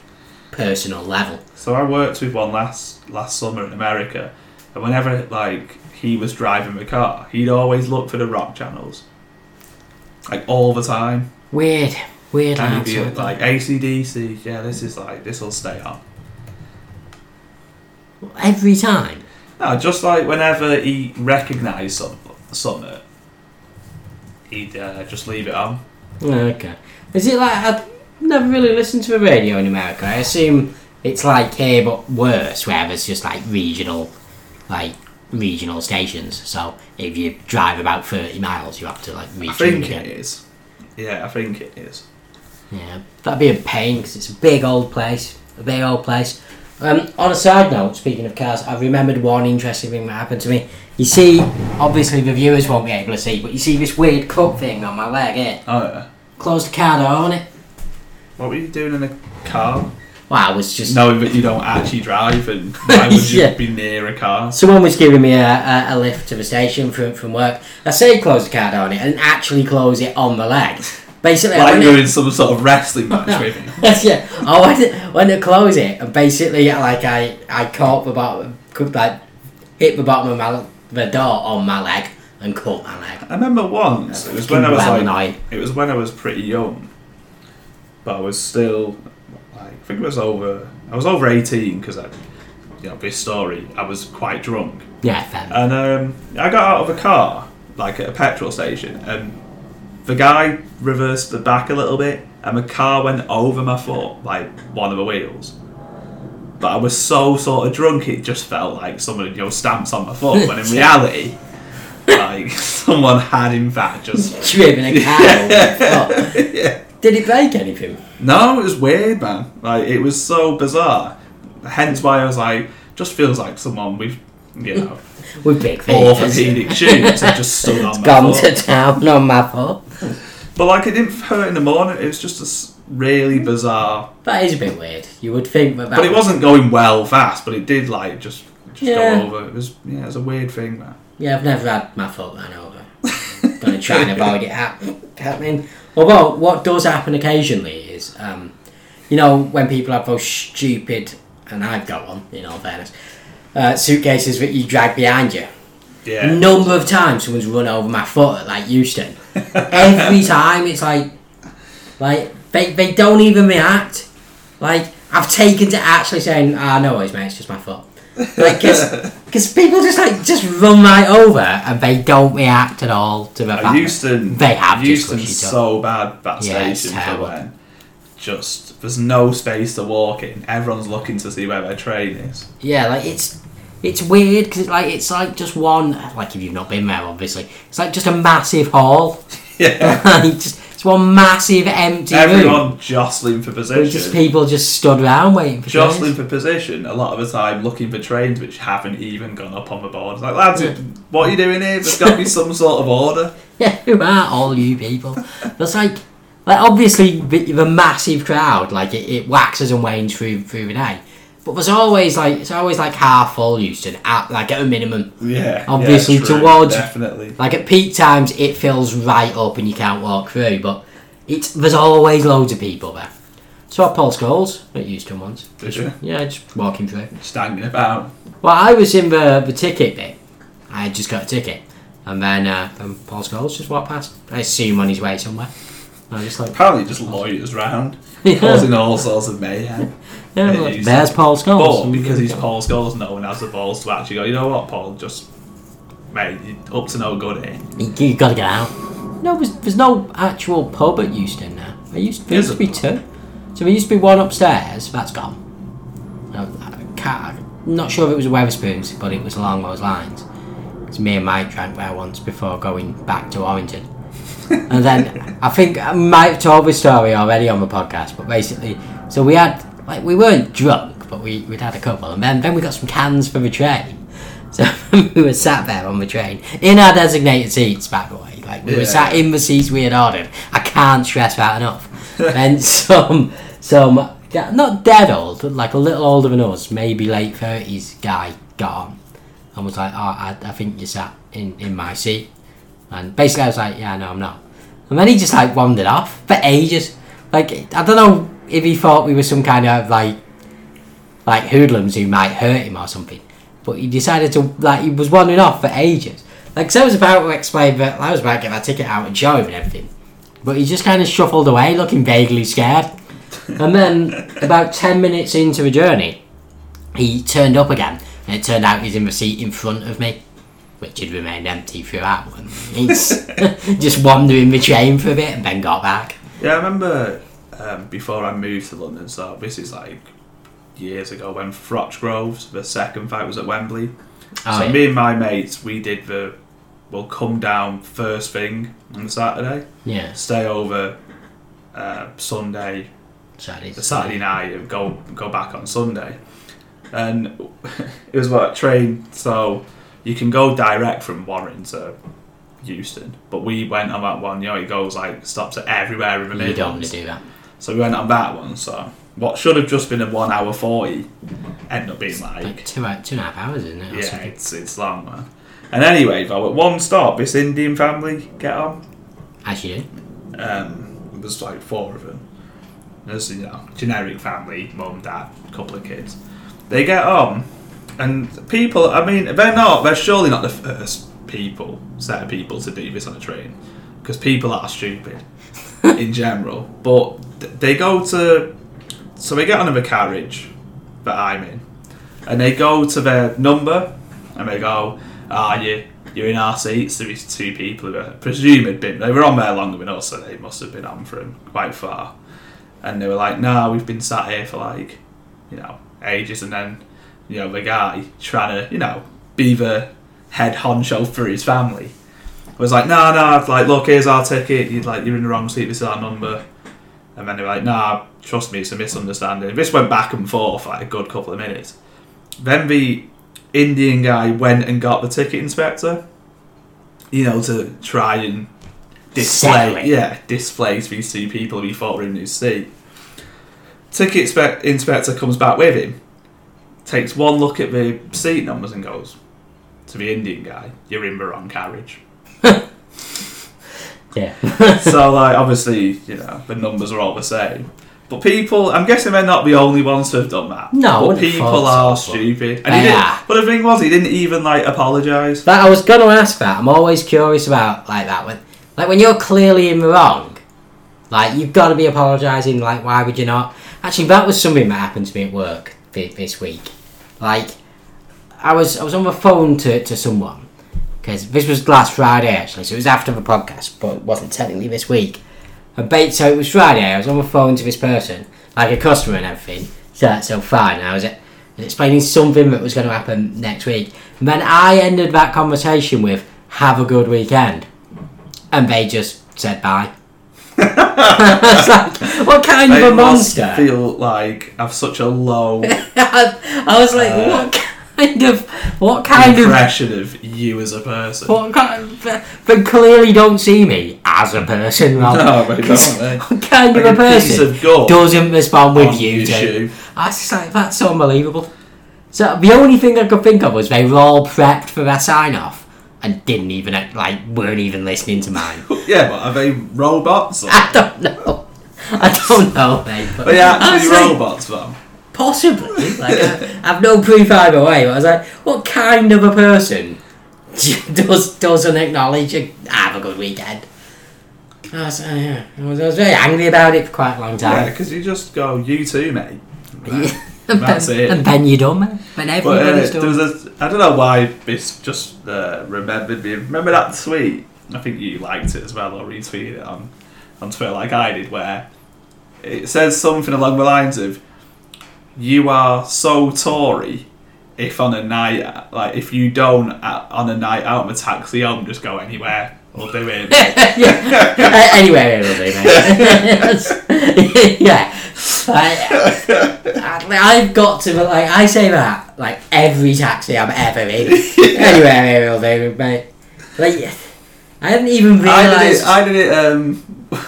Speaker 1: personal level.
Speaker 2: So I worked with one last last summer in America, and whenever like he was driving the car, he'd always look for the rock channels, like all the time.
Speaker 1: Weird, weird.
Speaker 2: And
Speaker 1: lads,
Speaker 2: he'd be
Speaker 1: aren't they?
Speaker 2: like ACDC, yeah, this is like this will stay on.
Speaker 1: every time.
Speaker 2: No, just like whenever he recognised some summer, he'd uh, just leave it on.
Speaker 1: Okay. Is it like I've never really listened to the radio in America? I assume it's like here but worse, where there's just like regional, like regional stations. So if you drive about thirty miles, you have to like reach.
Speaker 2: I think
Speaker 1: again.
Speaker 2: it is. Yeah, I think it is.
Speaker 1: Yeah, that'd be a pain because it's a big old place, a big old place. Um, on a side note, speaking of cars, I remembered one interesting thing that happened to me. You see, obviously the viewers won't be able to see, but you see this weird cut thing on my leg eh? here.
Speaker 2: Oh yeah.
Speaker 1: Closed the car door on it.
Speaker 2: What were you doing in a car?
Speaker 1: Well, I was just
Speaker 2: Knowing that you don't actually drive, and why would you
Speaker 1: Yeah.
Speaker 2: be near a car?
Speaker 1: Someone was giving me a, a, a lift to the station from, from work. I say close the card on it and actually close it on the leg. Basically, I
Speaker 2: Like
Speaker 1: went
Speaker 2: you're
Speaker 1: in-
Speaker 2: in some sort of wrestling match with him.
Speaker 1: Yes, yeah. I went to, went to close it and basically, like, I, I caught the bottom, could, like, hit the bottom of my, the door on my leg and caught my leg.
Speaker 2: I remember once it was when I was
Speaker 1: Fucking
Speaker 2: like
Speaker 1: lemon eye.
Speaker 2: it was when I was pretty young, but I was still like I think it was over I was over eighteen because I you know this story I was quite drunk
Speaker 1: Yeah, fair.
Speaker 2: and um, I got out of a car like at a petrol station and the guy reversed the back a little bit and the car went over my foot like one of the wheels. But I was so sort of drunk it just felt like someone you know stamps on my foot when in reality like someone had in fact just
Speaker 1: Driven a car over the foot. Did it break anything?
Speaker 2: No, it was weird, man. Like it was so bizarre. Hence why I was like, just feels like someone with, you know,
Speaker 1: With big fingers.
Speaker 2: orthopedic shoes had just stood on my
Speaker 1: Gone to
Speaker 2: foot.
Speaker 1: town on my foot.
Speaker 2: But like it didn't hurt in the morning. It was just a s- really bizarre.
Speaker 1: That is a bit weird. You would think that that
Speaker 2: But it
Speaker 1: would-
Speaker 2: wasn't going well fast. But it did like just just
Speaker 1: Yeah.
Speaker 2: go over. It was yeah, it was a weird thing, man.
Speaker 1: Yeah, I've never had my foot run over. Gonna try and avoid it hap- happening. Although, what does happen occasionally is, um, you know, when people have those stupid, and I've got one, in all fairness, uh, suitcases that you drag behind you.
Speaker 2: Yeah.
Speaker 1: A number of times someone's run over my foot at like Houston. Every time it's like, like they, they don't even react. Like I've taken to actually saying, "Ah, no worries, mate. It's just my foot." Like, because people just like just run right over and they don't react at all to the fact.
Speaker 2: Uh, Houston,
Speaker 1: They have just
Speaker 2: Houston's
Speaker 1: pushed it up.
Speaker 2: so bad that
Speaker 1: Yeah, it's
Speaker 2: station for
Speaker 1: terrible.
Speaker 2: when just there's no space to walk in. Everyone's looking to see where their train is.
Speaker 1: Yeah, like it's it's weird because it's like it's like just one like if you've not been there, obviously, it's like just a massive hall.
Speaker 2: Yeah.
Speaker 1: Like, just, it's one massive empty room.
Speaker 2: Everyone jostling for position.
Speaker 1: Just people just stood around waiting for trains.
Speaker 2: jostling for position a lot of the time, looking for trains which haven't even gone up on the board. It's like, lads, what are you doing here? There's got to be some sort of order.
Speaker 1: Yeah, who are all you people? That's like, like obviously the, the massive crowd, like it, it waxes and wanes through through the day. But there's always like it's always like half full Houston at like at a minimum.
Speaker 2: Yeah.
Speaker 1: Obviously,
Speaker 2: yeah, true,
Speaker 1: towards-
Speaker 2: Definitely.
Speaker 1: Like at peak times, it fills right up and you can't walk through. But it's there's always loads of people there. So I Paul Scholes at Houston once.
Speaker 2: Did you?
Speaker 1: Yeah, just walking through.
Speaker 2: Just hanging about.
Speaker 1: Well, I was in the, the ticket bit. I had just got a ticket. And then, uh, then Paul Scholes just walked past. I assume on his way somewhere. And I was just like,
Speaker 2: Apparently, just loiters round,
Speaker 1: Yeah.
Speaker 2: causing all sorts of mayhem.
Speaker 1: yeah,
Speaker 2: Yeah,
Speaker 1: look,
Speaker 2: he's-
Speaker 1: there's Paul Scholes.
Speaker 2: But because he's Paul Scholes, no one has the balls to actually go, you know what, Paul, just, mate, you're up to no good here.
Speaker 1: You, you gotta get out. No, there's, there's no actual pub at Euston now. There used, there
Speaker 2: Is
Speaker 1: used to be two. So there used to be one upstairs, that's gone. No, I can't, I'm not sure if it was a Weatherspoons, but it was along those lines. Because me and Mike drank there once before going back to Orrington. and then I think um, I might have told this story already on the podcast, but basically, so we had, like, we weren't drunk, but we, we'd had a couple. And then, then we got some cans for the train. So we were sat there on the train in our designated seats, by the way. Like we were
Speaker 2: Yeah.
Speaker 1: sat in the seats we had ordered. I can't stress that enough. then some, some yeah, not dead old, but like a little older than us, maybe late thirties guy got on and was like, "Oh, I, I think you sat in in my seat." And basically, I was like, "Yeah, no, I'm not." And then he just like wandered off for ages. Like I don't know if he thought we were some kind of like like hoodlums who might hurt him or something. But he decided to like he was wandering off for ages. Like so I was about to explain that I was about to get my ticket out and show him and everything. But he just kind of shuffled away, looking vaguely scared. And then about ten minutes into the journey, he turned up again, and it turned out he's in the seat in front of me, which had remained empty throughout. And he's just wandering the train for a bit and then got back.
Speaker 2: Yeah, I remember um, before I moved to London, so this is like years ago when Frotch Groves, the second fight was at Wembley.
Speaker 1: Oh,
Speaker 2: so
Speaker 1: yeah.
Speaker 2: me and my mates, we did the we'll come down first thing on the Saturday,
Speaker 1: Yeah,
Speaker 2: stay over uh, Sunday,
Speaker 1: Saturday.
Speaker 2: the Saturday night, and go go back on Sunday. And it was like a train, so you can go direct from Warren to Houston, but we went on that one. You know, it goes like stops at everywhere in the
Speaker 1: You
Speaker 2: Midlands.
Speaker 1: don't want to do that.
Speaker 2: So we went on that one. So what should have just been a one hour forty ended up being
Speaker 1: Like
Speaker 2: like
Speaker 1: two, hou- two and a half hours, isn't it? Or
Speaker 2: yeah,
Speaker 1: something.
Speaker 2: it's it's long man. And anyway, though, at one stop, this Indian family get on.
Speaker 1: As you do.
Speaker 2: Um, it was like four of them. There's you know generic family, mum, dad, couple of kids. They get on, and people. I mean, they're not. They're surely not the first people set of people to do this on a train, because people are stupid in general. But th- they go to, so they get on in the carriage that I'm in, and they go to their number, and they go, "Ah, you." You're in our seats. There is two people who are presumed had been. They were on there longer than us, so they must have been on from quite far. And they were like, "Nah, we've been sat here for like, you know, ages." And then, you know, the guy trying to, you know, be the head honcho for his family was like, "Nah, nah, like look, here's our ticket. You like you're in the wrong seat. This is our number." And then they were like, "Nah, trust me, it's a misunderstanding." This went back and forth like a good couple of minutes. Then the Indian guy went and got the ticket inspector, you know, to try and
Speaker 1: Settle
Speaker 2: display,
Speaker 1: it.
Speaker 2: yeah, display to these two people who he thought were in his seat. Ticket spe- inspector comes back with him, takes one look at the seat numbers and goes to the Indian guy, "You're in the wrong carriage."
Speaker 1: Yeah.
Speaker 2: so like obviously you know the numbers are all the same but people i'm guessing they're not the only ones to have done that
Speaker 1: No, I
Speaker 2: but
Speaker 1: wouldn't have
Speaker 2: people
Speaker 1: thought
Speaker 2: are
Speaker 1: so, but
Speaker 2: stupid and
Speaker 1: they
Speaker 2: he didn't,
Speaker 1: are.
Speaker 2: but the thing was he didn't even like apologize
Speaker 1: That I was gonna ask that. I'm always curious about like that when, like when you're clearly in the wrong, like you've got to be apologising. Like why would you not? Actually, that was something that happened to me at work thi- this week. Like I was I was on the phone to to someone because this was last Friday actually, so it was after the podcast, but it wasn't technically this week. And ba- so it was Friday. I was on the phone to this person, like a customer and everything. So that's so fine. And I was uh, explaining something that was going to happen next week. And then I ended that conversation with "Have a good weekend," and they just said bye. I was like, what kind
Speaker 2: They
Speaker 1: of a
Speaker 2: must
Speaker 1: monster?
Speaker 2: feel like i've such a low
Speaker 1: I, I was like,
Speaker 2: Uh,
Speaker 1: what kind of, what kind of
Speaker 2: impression of you as a person
Speaker 1: But, but, but clearly don't see me as a person, Rob.
Speaker 2: No, but
Speaker 1: 'Cause
Speaker 2: don't they?
Speaker 1: What kind of
Speaker 2: Like
Speaker 1: a
Speaker 2: a piece
Speaker 1: person
Speaker 2: of gum
Speaker 1: doesn't respond
Speaker 2: on
Speaker 1: with you
Speaker 2: your
Speaker 1: two?
Speaker 2: shoe.
Speaker 1: I was just like, that's unbelievable. So the only thing I could think of was they were all prepped for their sign off and didn't even like weren't even listening to mine.
Speaker 2: yeah but are they robots or
Speaker 1: I don't know. I don't know, mate. But
Speaker 2: are they
Speaker 1: I was
Speaker 2: actually
Speaker 1: like,
Speaker 2: robots though
Speaker 1: possibly. Like, I, I've no proof either way. But I was like, what kind of a person does doesn't acknowledge a, have a good weekend? I was, uh, yeah, I was, I was very angry about it for quite a long
Speaker 2: yeah
Speaker 1: time.
Speaker 2: because you just go you too mate that's it
Speaker 1: And then you're done, man. When
Speaker 2: But uh,
Speaker 1: everybody's
Speaker 2: there
Speaker 1: done.
Speaker 2: was a, I don't know why this just uh, remembered me. Remember that tweet? I think you liked it as well or retweeted it on, on Twitter like I did, where it says something along the lines of, "You are so Tory." If on a night, like if you don't uh, on a night out of a taxi home, just go anywhere or do it.
Speaker 1: yeah. Uh, anyway, it'll do, mate. yeah. I, I, have got to, like, I say that, like, every taxi I'm ever in. Anyway, it'll do, mate. Like, I hadn't even
Speaker 2: I did
Speaker 1: realised.
Speaker 2: it. I did it. Um,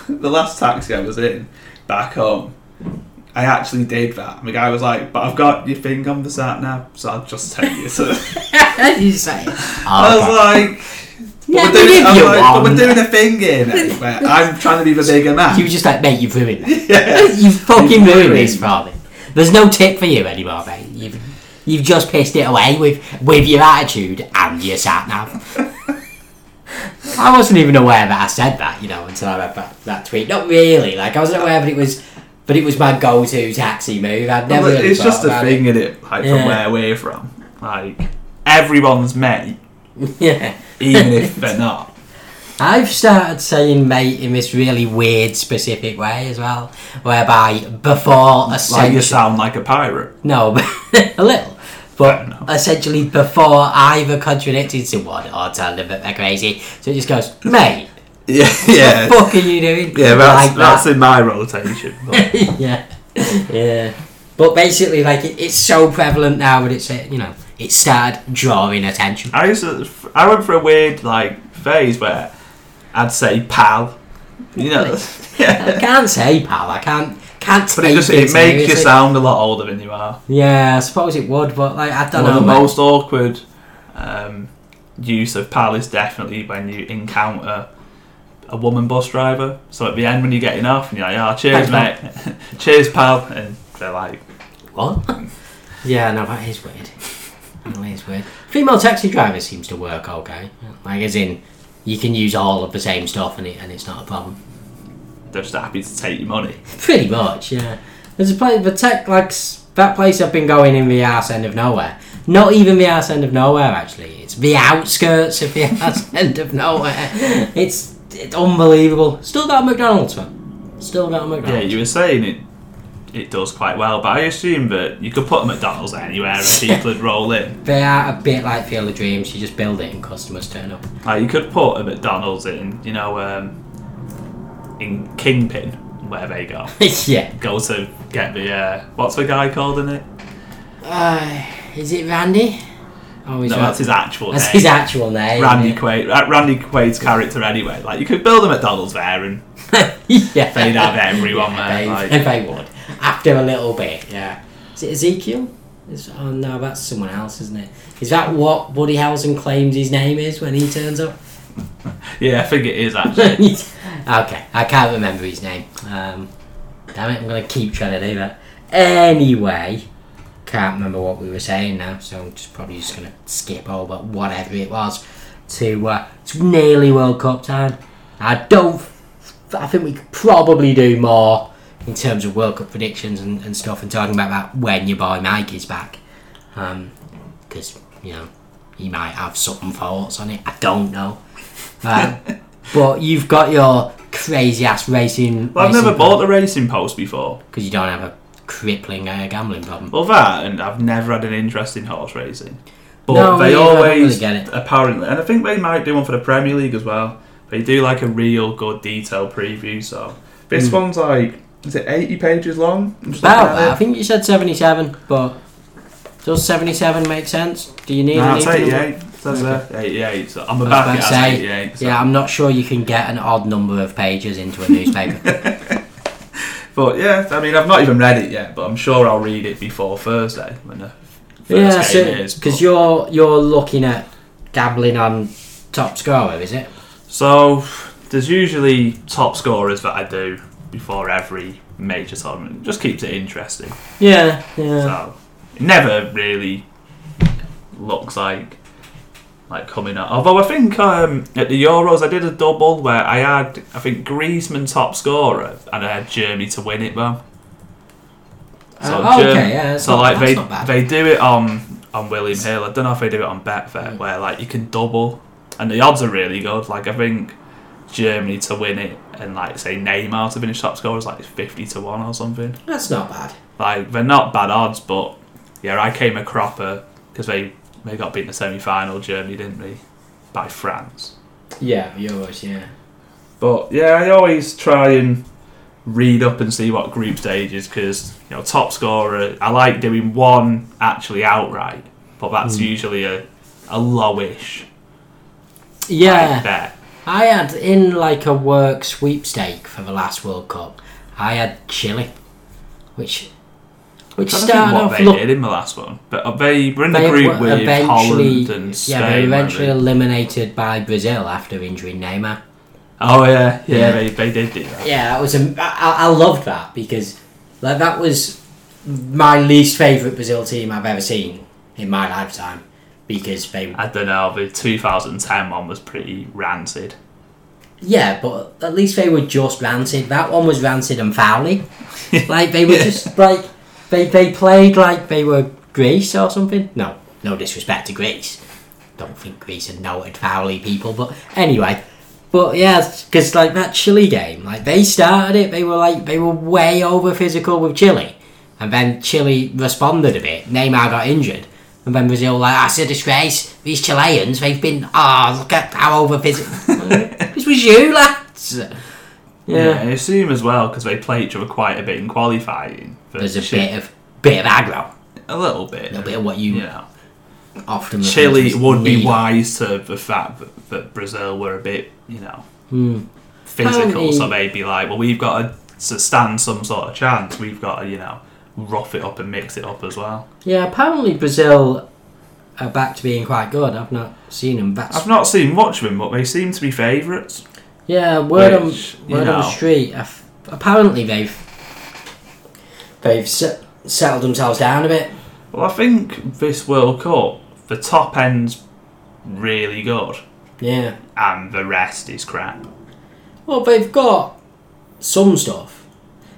Speaker 2: the last taxi I was in back home, I actually did that. And the guy was like, "But I've got your thing on the sat now, so I'll just take you." To
Speaker 1: you say.
Speaker 2: I was like,
Speaker 1: yeah,
Speaker 2: "We're doing,
Speaker 1: if
Speaker 2: I'm
Speaker 1: you
Speaker 2: like, but we're
Speaker 1: want.
Speaker 2: doing a thing in it, where I'm trying to be the bigger man."
Speaker 1: You were just like, mate, you've ruined that.
Speaker 2: Yeah.
Speaker 1: you fucking
Speaker 2: You've
Speaker 1: ruined
Speaker 2: ruined
Speaker 1: this,
Speaker 2: it.
Speaker 1: Robin. There's no tip for you anymore, mate. You've, you've just pissed it away with, with your attitude and your sat nav. I wasn't even aware that I said that, you know, until I read that, that tweet. Not really. Like, I wasn't aware that it was, but it was my go-to taxi move. I'd never.
Speaker 2: But
Speaker 1: really
Speaker 2: it's
Speaker 1: thought
Speaker 2: just a
Speaker 1: about
Speaker 2: thing in it, like
Speaker 1: Yeah.
Speaker 2: from where we're from. Like everyone's mate,
Speaker 1: It. Yeah.
Speaker 2: even if they're not.
Speaker 1: I've started saying mate in this really weird specific way as well, whereby before
Speaker 2: Like you
Speaker 1: essentially
Speaker 2: sound like a pirate.
Speaker 1: no, but a little,
Speaker 2: Fair enough.
Speaker 1: but essentially before either contradicted someone or told them that they're crazy, so it just goes mate. What
Speaker 2: Yeah,
Speaker 1: the fuck are you doing? Like that.
Speaker 2: in my rotation. but-
Speaker 1: yeah, yeah. But basically, like it, it's so prevalent now, but it's uh, you know it started drawing attention.
Speaker 2: I used to, I went for a weird like phase where I'd say pal, you know, yeah,
Speaker 1: I can't say pal. I can't. can't
Speaker 2: But
Speaker 1: take
Speaker 2: it just it makes you
Speaker 1: seriously.
Speaker 2: sound a lot older than you are.
Speaker 1: Yeah, I suppose it would, but like I don't
Speaker 2: One of
Speaker 1: know.
Speaker 2: the
Speaker 1: man.
Speaker 2: most awkward um, use of pal is definitely when you encounter a woman bus driver. So at the end when you're getting off and you're like, oh, cheers,
Speaker 1: Thanks,
Speaker 2: mate. cheers, pal. And they're like,
Speaker 1: What? yeah, no, that is weird. That is weird. Female taxi driver seems to work okay. Like, as in, you can use all of the same stuff and, it, and it's not a problem.
Speaker 2: they're just happy to take your money.
Speaker 1: Pretty much, yeah. There's a place, the tech, like, s- that place I've been going in the arse end of nowhere. Not even the arse end of nowhere, actually. It's the outskirts of the arse end of nowhere. It's, it's unbelievable. Still got a McDonald's, man. Still got a
Speaker 2: Yeah,
Speaker 1: McDonald's.
Speaker 2: you were saying it. It does quite well, but I assume that you could put a McDonald's anywhere and people would roll in.
Speaker 1: They are a bit like Field of Dreams. You just build it and customers turn up.
Speaker 2: Like you could put a McDonald's in, you know, um, in Kingpin, where they go.
Speaker 1: yeah.
Speaker 2: Go to get the uh, what's the guy called in it?
Speaker 1: Uh, is it Randy? Oh, is
Speaker 2: No,
Speaker 1: that,
Speaker 2: that's his actual
Speaker 1: that's
Speaker 2: name.
Speaker 1: his actual name.
Speaker 2: Randy Quaid. Ra- Randy Quaid's character, anyway. Like you could build a McDonald's there, and
Speaker 1: yeah.
Speaker 2: they'd have everyone
Speaker 1: They,
Speaker 2: there. Like,
Speaker 1: they would. After a little bit, yeah. Is it Ezekiel? Is, oh no, that's someone else, isn't it? Is that what Woody Harrelson claims his name is when he turns up?
Speaker 2: yeah, I think it is actually.
Speaker 1: okay, I can't remember his name. Um, damn it, I'm gonna keep trying to do that. Anyway, can't remember what we were saying now, so I'm just probably just gonna skip over whatever it was to uh, it's nearly World Cup time. I don't. I think we could probably do more in terms of World Cup predictions and, and stuff, and talking about that when your boy Mike is back, Um, because you know he might have some thoughts on it. I don't know. Uh, but you've got your crazy ass racing.
Speaker 2: Well, I've never bought a racing post before.
Speaker 1: because you don't have a crippling uh, gambling problem.
Speaker 2: Well, that, and I've never had an interest in horse racing. But
Speaker 1: No,
Speaker 2: they
Speaker 1: yeah, I don't
Speaker 2: always,
Speaker 1: really get it.
Speaker 2: apparently, and I think they might do one for the Premier League as well. They do like a real good detailed preview. So this one's like, is it eighty pages long? I'm just looking
Speaker 1: About
Speaker 2: at
Speaker 1: that, I
Speaker 2: it.
Speaker 1: think you said seventy-seven, but does seventy-seven make sense? Do you need?
Speaker 2: No,
Speaker 1: an
Speaker 2: it's
Speaker 1: even number?
Speaker 2: eighty-eight. It says there, eighty-eight. So on the
Speaker 1: I was
Speaker 2: back,
Speaker 1: about
Speaker 2: it
Speaker 1: to
Speaker 2: has
Speaker 1: say,
Speaker 2: eighty-eight. So.
Speaker 1: Yeah, I'm not sure you can get an odd number of pages into a newspaper.
Speaker 2: But yeah, I mean, I've not even read it yet, but I'm sure I'll read it before Thursday when the first
Speaker 1: yeah,
Speaker 2: game is.
Speaker 1: because
Speaker 2: but-
Speaker 1: you're you're looking at gambling on top scorer, is it?
Speaker 2: So there's usually top scorers that I do before every major tournament. It just keeps it interesting.
Speaker 1: Yeah, yeah.
Speaker 2: So it never really looks like like coming up. Although I think um, at the Euros I did a double where I had I think Griezmann top scorer and I had Germany to win it though. So
Speaker 1: Uh,
Speaker 2: Germ-
Speaker 1: okay, yeah. That's
Speaker 2: so
Speaker 1: not,
Speaker 2: like
Speaker 1: that's
Speaker 2: they
Speaker 1: not bad.
Speaker 2: they do it on on William Hill. I don't know if they do it on Betfair
Speaker 1: Mm.
Speaker 2: where like you can double and the odds are really good. Like I think Germany to win it and like say Neymar to finish top scorer is like fifty to one or something.
Speaker 1: that's not bad.
Speaker 2: Like they're not bad odds, but yeah, I came a cropper because they they got beaten in the semi final. Germany didn't they by France.
Speaker 1: Yeah, yours. Yeah.
Speaker 2: But yeah, I always try and read up and see what group stage is because you know top scorer. I like doing one actually outright, but that's usually a a lowish
Speaker 1: Yeah.
Speaker 2: like, bet.
Speaker 1: I had in like a work sweepstake for the last World Cup. I had Chile, which which
Speaker 2: I don't think
Speaker 1: started
Speaker 2: what
Speaker 1: off
Speaker 2: they
Speaker 1: look.
Speaker 2: did in the last one, but uh, they were in the
Speaker 1: they
Speaker 2: group
Speaker 1: were
Speaker 2: with Holland and Spain.
Speaker 1: yeah, they were
Speaker 2: weren't
Speaker 1: eventually
Speaker 2: they?
Speaker 1: eliminated by Brazil after injuring Neymar.
Speaker 2: Oh yeah, yeah,
Speaker 1: Yeah.
Speaker 2: They, they did do that.
Speaker 1: Yeah, that was a, I, I loved that because like that was my least favourite Brazil team I've ever seen in my lifetime because they
Speaker 2: I don't know. The 2010 one was pretty rancid.
Speaker 1: Yeah, but at least they were just rancid. That one was rancid and foully. like they were just like they they played like they were Greece or something. No, no disrespect to Greece. Don't think Greece are noted foully people, but anyway. But yeah, because like that Chile game, like they started it. They were like they were way over physical with Chile, and then Chile responded a bit. Neymar got injured. And then Brazil were like, that's a disgrace. These Chileans, they've been, ah, look at how over physical. this was you, lads.
Speaker 2: I assume as well because they play each other quite a bit in qualifying. that
Speaker 1: There's a
Speaker 2: Chi-
Speaker 1: bit of bit of aggro.
Speaker 2: a little bit,
Speaker 1: A bit of what you
Speaker 2: You know,
Speaker 1: often refer to
Speaker 2: Chile
Speaker 1: as
Speaker 2: would be
Speaker 1: lead.
Speaker 2: wise to the fact that, that Brazil were a bit, you know, physical.
Speaker 1: Hmm. Apparently-
Speaker 2: So they'd be like, well, we've got to to stand some sort of chance, we've got to you know rough it up and mix it up as well.
Speaker 1: Yeah, apparently Brazil are back to being quite good. I've not seen them. That's
Speaker 2: I've not seen much of them, but they seem to be favourites.
Speaker 1: yeah. Word
Speaker 2: Which,
Speaker 1: on
Speaker 2: you
Speaker 1: word on
Speaker 2: know.
Speaker 1: the street. af- Apparently they've they've se- settled themselves down a bit.
Speaker 2: Well, I think this World Cup, the top end's really good,
Speaker 1: Yeah.
Speaker 2: and the rest is crap.
Speaker 1: Well, they've got some stuff.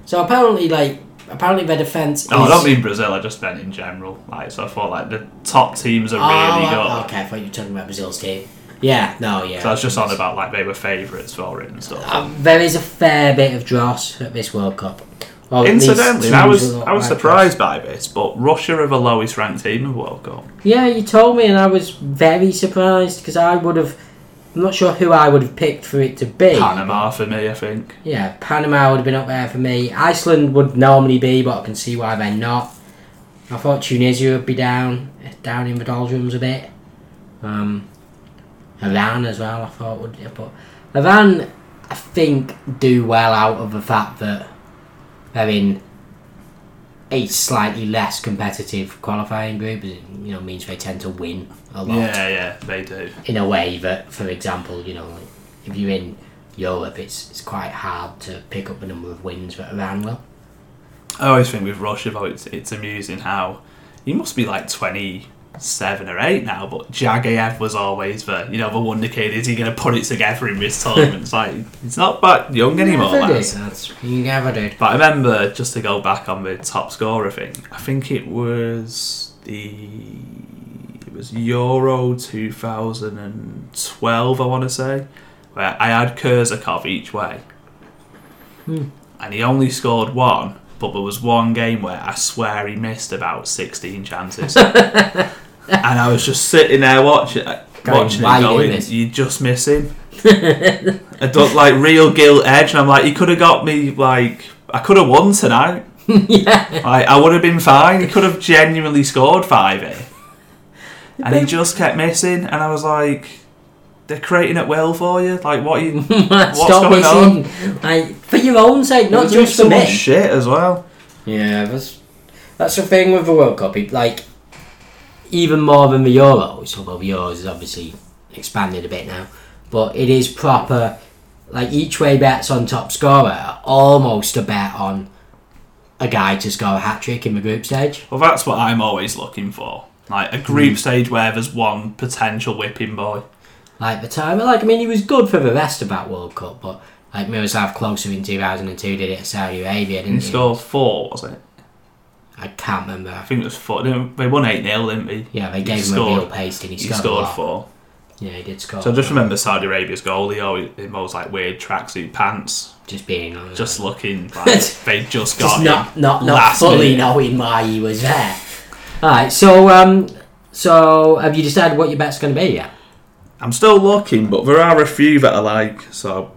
Speaker 1: So apparently, like apparently their defense.
Speaker 2: No,
Speaker 1: is...
Speaker 2: Oh, I don't mean Brazil. I just meant in general. Like, so I thought like the top teams are really
Speaker 1: Oh,
Speaker 2: good.
Speaker 1: Okay, I thought you were talking about Brazil's team. Yeah, no, yeah.
Speaker 2: So I was just on about like they were favourites for it and stuff.
Speaker 1: Um, there is a fair bit of dross at this World Cup. Or at least
Speaker 2: Incidentally, I
Speaker 1: teams
Speaker 2: was
Speaker 1: that look
Speaker 2: I was
Speaker 1: like us.
Speaker 2: surprised by this, but Russia are the lowest ranked team of World Cup.
Speaker 1: Yeah, you told me, and I was very surprised because I would have. I'm not sure who I would have picked for it to be.
Speaker 2: Panama for me, I think.
Speaker 1: Yeah, Panama would have been up there for me. Iceland would normally be, but I can see why they're not. I thought Tunisia would be down, down in the doldrums a bit. Um, Iran as well, I thought would, but Iran, I think, do well out of the fact that they're in a slightly less competitive qualifying group. You know, means they tend to win a lot
Speaker 2: Yeah, yeah, they do.
Speaker 1: in a way that, for example, you know, like if you're in Europe, it's it's quite hard to pick up the number of wins that Iran will.
Speaker 2: I always think with Russia though, it's it's amusing how he must be like twenty seven or eight now, but Jagayev was always the you know the wonder kid. Is he going to put it together in this tournament? it's like it's not that young anymore.
Speaker 1: Never did.
Speaker 2: lads.
Speaker 1: That's you never did.
Speaker 2: But I remember just to go back on the top scorer thing. I think it was the it was Euro 2012. I want to say where I had Kurzakov each way,
Speaker 1: Hmm.
Speaker 2: and he only scored one. But there was one game where I swear he missed about 16 chances, and I was just sitting there watching.
Speaker 1: Going,
Speaker 2: Watching
Speaker 1: "Why
Speaker 2: it
Speaker 1: you doing
Speaker 2: going,
Speaker 1: this?"
Speaker 2: you just miss him. I don't like real gilt edge, and I'm like, he could have got me like I could have won tonight.
Speaker 1: yeah.
Speaker 2: Like I would have been fine. He could have genuinely scored five here, and he just kept missing. And I was like, they're creating it well for you. Like what are you? What's
Speaker 1: Stop
Speaker 2: going on?
Speaker 1: missing, like for your own sake,
Speaker 2: You're
Speaker 1: not
Speaker 2: doing
Speaker 1: just
Speaker 2: so
Speaker 1: for me.
Speaker 2: much shit as well.
Speaker 1: Yeah, that's that's the thing with the World Cup. It, like even more than the Euros, although the Euros is obviously expanded a bit now. But it is proper. Like each way bets on top scorer, are almost a bet on a guy to score a hat trick in the group stage.
Speaker 2: Well, that's what I'm always looking for. Like a group stage where there's one potential whipping boy.
Speaker 1: Like the time, like I mean, he was good for the rest of that World Cup, but like Miroslav Klose in two thousand and two did it at Saudi Arabia,
Speaker 2: He
Speaker 1: didn't he?
Speaker 2: scored four, was it?
Speaker 1: I can't remember. I
Speaker 2: I
Speaker 1: think-
Speaker 2: think it was four. didn't- They won eight 0 didn't they?
Speaker 1: Yeah, they gave him
Speaker 2: scored-
Speaker 1: a real paste, and he
Speaker 2: He
Speaker 1: scored. a
Speaker 2: scored
Speaker 1: lot.
Speaker 2: four.
Speaker 1: Yeah, he did score.
Speaker 2: So I just remember Saudi Arabia's goal. He always in those like weird tracksuit pants,
Speaker 1: just being on
Speaker 2: just looking like they just got
Speaker 1: just
Speaker 2: him
Speaker 1: not not not
Speaker 2: last
Speaker 1: fully
Speaker 2: minute.
Speaker 1: knowing why he was there. All right, so um, so have you decided what your bet's going to be yet?
Speaker 2: I'm still looking, but there are a few that I like. So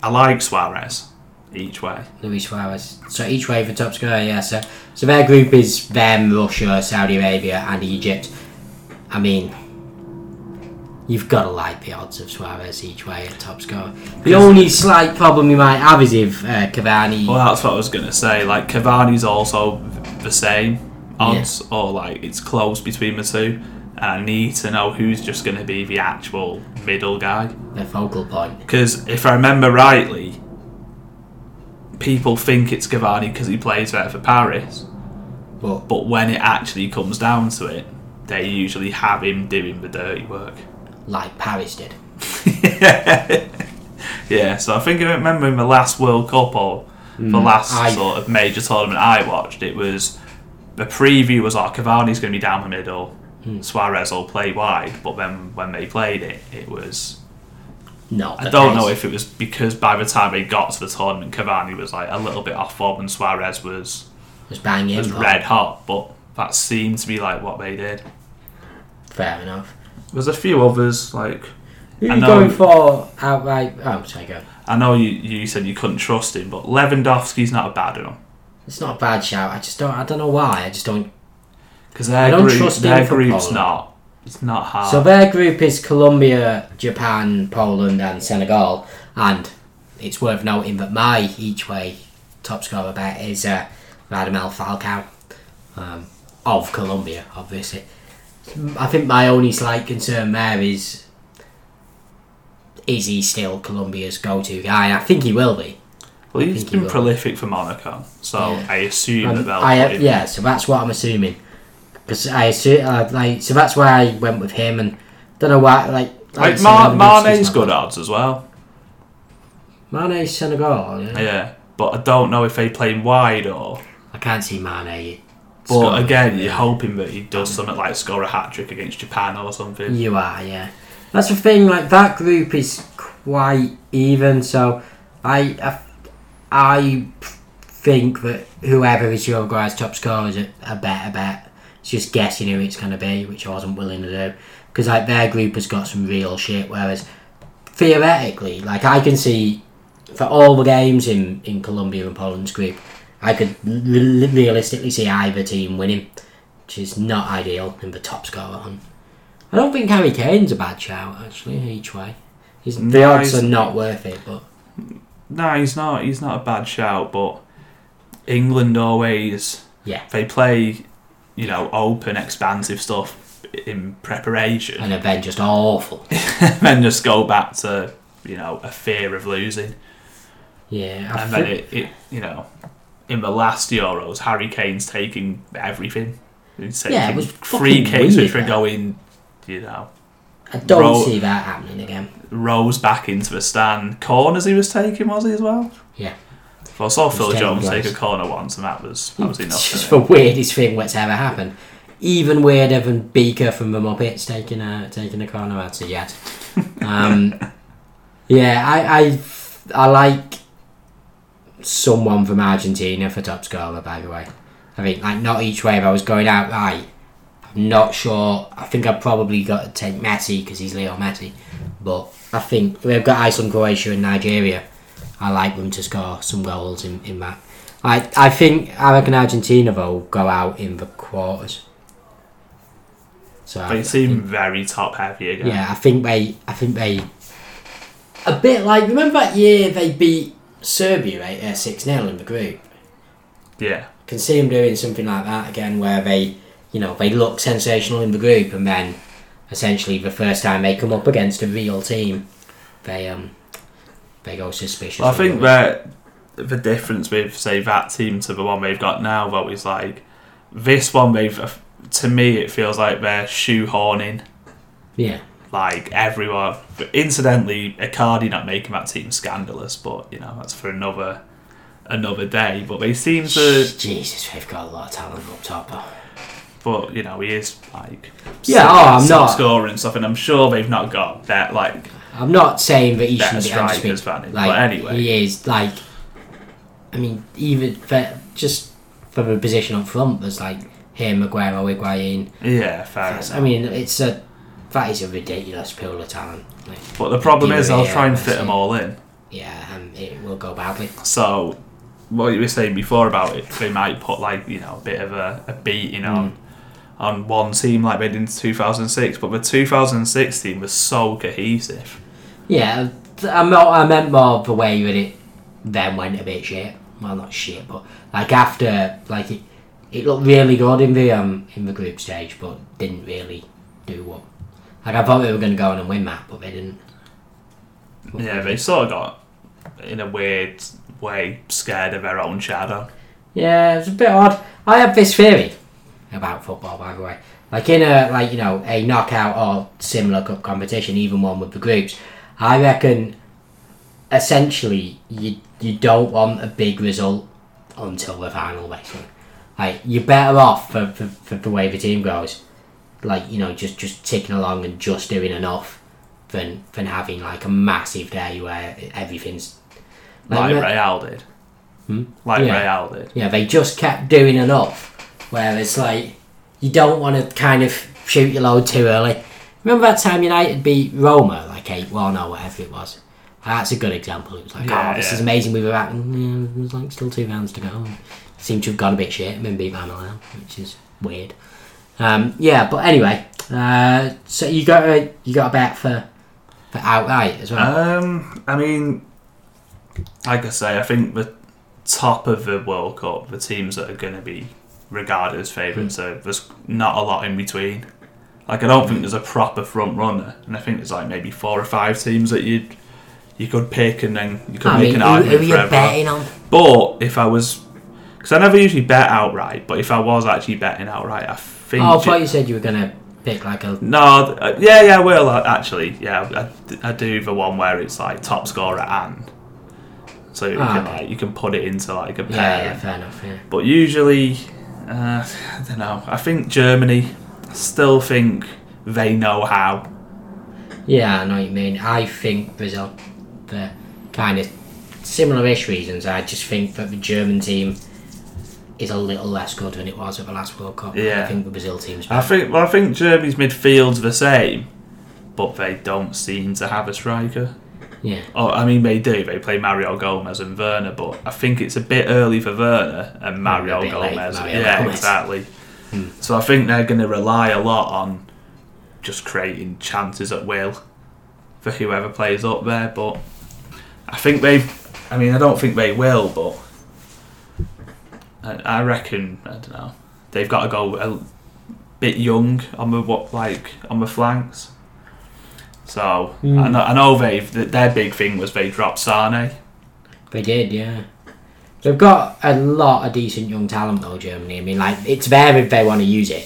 Speaker 2: I like Suarez each way.
Speaker 1: Luis Suarez. So each way for top scorer, yeah. So so their group is them, Russia, Saudi Arabia, and Egypt. I mean, you've got to like the odds of Suarez each way at top scorer. The only slight problem you might have is if uh, Cavani.
Speaker 2: Well, that's what I was gonna say. Like Cavani's also the same odds, or like it's close between the two. And I need to know who's just gonna be the actual middle guy.
Speaker 1: the focal point.
Speaker 2: Because if I remember rightly, people think it's Cavani because he plays there for Paris.
Speaker 1: But
Speaker 2: But when it actually comes down to it, they usually have him doing the dirty work.
Speaker 1: like Paris did.
Speaker 2: yeah, so I think I remember in the last World Cup or the last
Speaker 1: I-
Speaker 2: sort of major tournament I watched, it was the preview was like Cavani's going to be down the middle, Suarez will play wide, but then when they played it, it was.
Speaker 1: Not.
Speaker 2: I
Speaker 1: the
Speaker 2: don't
Speaker 1: case.
Speaker 2: know if it was because by the time they got to the tournament, Cavani was like a little bit off form and Suarez was,
Speaker 1: Just bang in.
Speaker 2: was
Speaker 1: but
Speaker 2: red hot, but that seemed to be like what they did.
Speaker 1: Fair enough.
Speaker 2: There's a few others like
Speaker 1: Who
Speaker 2: I
Speaker 1: are you
Speaker 2: know-
Speaker 1: going for outright? Oh, sorry, go.
Speaker 2: I know you, you said you couldn't trust him, but Lewandowski's not a bad one
Speaker 1: It's not a bad shout. I just don't. I don't know why. I just don't.
Speaker 2: because their,
Speaker 1: don't
Speaker 2: group,
Speaker 1: trust him
Speaker 2: their
Speaker 1: for
Speaker 2: group's
Speaker 1: Poland.
Speaker 2: not. It's not hard.
Speaker 1: So their group is Colombia, Japan, Poland, and Senegal. And it's worth noting that my each way top scorer bet is uh, Radamel Falcao um, of Colombia, obviously. I think my only slight concern there is is he still Colombia's go-to guy? I think he will be.
Speaker 2: Well,
Speaker 1: I
Speaker 2: he's
Speaker 1: think he
Speaker 2: been
Speaker 1: will.
Speaker 2: prolific for Monaco, so
Speaker 1: Yeah.
Speaker 2: I assume
Speaker 1: Um,
Speaker 2: that they'll.
Speaker 1: I,
Speaker 2: put him-
Speaker 1: yeah, so that's what I'm assuming. Because I assume, uh, like, so that's why I went with him, and don't know why, like,
Speaker 2: Like
Speaker 1: Mar-
Speaker 2: Mar- Mane's good odds as well.
Speaker 1: Mane, Senegal. Yeah.
Speaker 2: Yeah, but I don't know if they play him wide or.
Speaker 1: I can't see Mane.
Speaker 2: But
Speaker 1: scoring.
Speaker 2: again, you're hoping that he does something like score a hat trick against Japan or something.
Speaker 1: You are, yeah. That's the thing. Like that group is quite even. So I, I, I think that whoever is Uruguay's top scorer is a, a better bet. It's just guessing who it's going to be, which I wasn't willing to do because like their group has got some real shit. Whereas theoretically, like I can see for all the games in in Colombia and Poland's group, I could l- l- realistically see either team winning, which is not ideal in the top scorer hunt. I don't think Harry Kane's a bad shout actually. Each way, He's, the
Speaker 2: No,
Speaker 1: odds
Speaker 2: he's-
Speaker 1: are not worth it. But
Speaker 2: No, he's not. He's not a bad shout, but England always
Speaker 1: yeah,
Speaker 2: they play, you know, open, expansive stuff in preparation,
Speaker 1: and have been just awful.
Speaker 2: and then just go back to you know a fear of losing,
Speaker 1: Yeah, I
Speaker 2: and
Speaker 1: thi-
Speaker 2: then it, it you know in the last Euros, Harry Kane's taking everything. He's taking
Speaker 1: Yeah, it was fucking
Speaker 2: free
Speaker 1: weird,
Speaker 2: kicks which were
Speaker 1: that.
Speaker 2: going, you know,
Speaker 1: I don't
Speaker 2: Ro-
Speaker 1: see that happening again.
Speaker 2: rows back into the stand. Corners he was taking, was he as well?
Speaker 1: Yeah.
Speaker 2: Well, I saw Phil
Speaker 1: taking
Speaker 2: Jones
Speaker 1: guys.
Speaker 2: take a corner once, and that was that was enough.
Speaker 1: It's just
Speaker 2: for
Speaker 1: the
Speaker 2: me.
Speaker 1: weirdest thing that's ever happened. Even weirder than Beaker from the Muppets taking a taking a corner answer yet. Um, yeah, I, I I like someone from Argentina for top scorer. By the way, I think like not each way. If I was going out right, I'm not sure. I think I've probably got to take Messi because he's Leo Messi. But I think we've got Iceland, Croatia, and Nigeria. I like them to score some goals in, in that. I I think I reckon Argentina will go out in the quarters. So I-
Speaker 2: They seem very top heavy again.
Speaker 1: yeah, I think they. I think they. A bit like remember that year they beat Serbia Uh, six 0 in the group.
Speaker 2: yeah.
Speaker 1: Can see them doing something like that again, where they, you know, they look sensational in the group, and then essentially the first time they come up against a real team, they um, they go suspicious.
Speaker 2: Well, I think that the difference with say that team to the one they've got now, though, is like this one. They've to me, it feels like they're shoehorning
Speaker 1: yeah,
Speaker 2: like everyone. Incidentally, Icardi not making that team scandalous, but you know that's for another another day. But they seem to,
Speaker 1: Jesus, they've got a lot of talent up top. though.
Speaker 2: but you know he is like
Speaker 1: Yeah, oh, I'm
Speaker 2: top
Speaker 1: not-
Speaker 2: scorer and stuff, and I'm sure they've not got that like
Speaker 1: I'm not saying that he
Speaker 2: Better
Speaker 1: shouldn't be I'm just being-
Speaker 2: strikers, Fanny,
Speaker 1: Like,
Speaker 2: but anyway.
Speaker 1: he is like. I mean, even for, just from a position up front, there's like him, Aguero, Higuain.
Speaker 2: yeah fair. enough.
Speaker 1: I mean, it's a that is a ridiculous pool of talent. Like,
Speaker 2: But the problem is, I'll
Speaker 1: Yeah,
Speaker 2: try and
Speaker 1: that's
Speaker 2: fit them
Speaker 1: it.
Speaker 2: all in.
Speaker 1: yeah, and it will go badly.
Speaker 2: So, what you were saying before about it, they might put like you know a bit of a, a beating on
Speaker 1: Mm.
Speaker 2: on one team like they did in 2006, but the 2006 team was so cohesive.
Speaker 1: Yeah, I'm not, I meant more of the way that it then went a bit shit. Well, not shit, but like after, like it, it looked really good in the um in the group stage, but didn't really do what. Like I thought they were going to go on and win that, but they didn't.
Speaker 2: Yeah, they sort of got in a weird way scared of their own shadow.
Speaker 1: Yeah, it's a bit odd. I have this theory about football, by the way. Like in a like you know a knockout or similar cup competition, even one with the groups, I reckon essentially you you don't want a big result until the final, basically. Like you're better off for, for, for the way the team goes, like you know just just ticking along and just doing enough, than than having like a massive day where everything's
Speaker 2: Like
Speaker 1: me-
Speaker 2: Real did. Like
Speaker 1: Hmm? Yeah.
Speaker 2: Real did.
Speaker 1: yeah, they just kept doing enough. Whereas, like, you don't want to kind of shoot your load too early. Remember that time United beat Roma, like 8 1 or whatever it was? That's a good example. It was like,
Speaker 2: Yeah,
Speaker 1: oh, this
Speaker 2: yeah.
Speaker 1: is amazing. We were out, and yeah, there was like still two rounds to go. Seemed to have gone a bit shit and then beat Van Milan, which is weird. Um, yeah, but anyway, uh, so you got a, you got a bet for,
Speaker 2: Uh,
Speaker 1: for outright as well.
Speaker 2: Um, I mean, like I say, I think the top of the World Cup, the teams that are going to be regarded as
Speaker 1: Hmm.
Speaker 2: favourites, so there's not a lot in between. Like I don't think there's a proper front runner, and I think there's like maybe four or five teams that you you could pick, and then you could
Speaker 1: I
Speaker 2: make
Speaker 1: mean,
Speaker 2: an
Speaker 1: who,
Speaker 2: argument
Speaker 1: who are
Speaker 2: for
Speaker 1: you
Speaker 2: everyone.
Speaker 1: betting on?
Speaker 2: But if I was, because I never usually bet outright, but if I was actually betting outright, I think.
Speaker 1: Oh, I thought you said you were gonna pick like a.
Speaker 2: No, th- uh, yeah, yeah, I will uh, actually. Yeah, I, I do the one where it's like top scorer and. So you,
Speaker 1: Ah,
Speaker 2: can,
Speaker 1: okay.
Speaker 2: like, you can put it into like a pair.
Speaker 1: Yeah, yeah, fair enough. Yeah.
Speaker 2: But usually, uh, I don't know. I think Germany. I still think they know how.
Speaker 1: Yeah, I know what you mean. I think Brazil, for kind of similar-ish reasons, I just think that the German team is a little less good than it was at the last World Cup. I
Speaker 2: Yeah.
Speaker 1: think the Brazil team's
Speaker 2: I think. Well, I think Germany's midfield's the same, but they don't seem to have a striker.
Speaker 1: yeah.
Speaker 2: Oh, I mean, they do. They play Mario Gomez and Werner, but I think it's a bit early for Werner and
Speaker 1: Mm,
Speaker 2: Mario
Speaker 1: a bit late for
Speaker 2: Gomez.
Speaker 1: Mario
Speaker 2: yeah,
Speaker 1: Gomez. Hmm.
Speaker 2: exactly. So I think they're going to rely a lot on just creating chances at will for whoever plays up there. But I think they. I mean, I don't think they will, but I, I reckon. I don't know. They've got to go a bit young on the what like on the flanks. So I know, I know they've th- their big thing was they dropped Sane.
Speaker 1: They did, yeah. They've got a lot of decent young talent though, Germany. I mean, like it's there if they want to use it.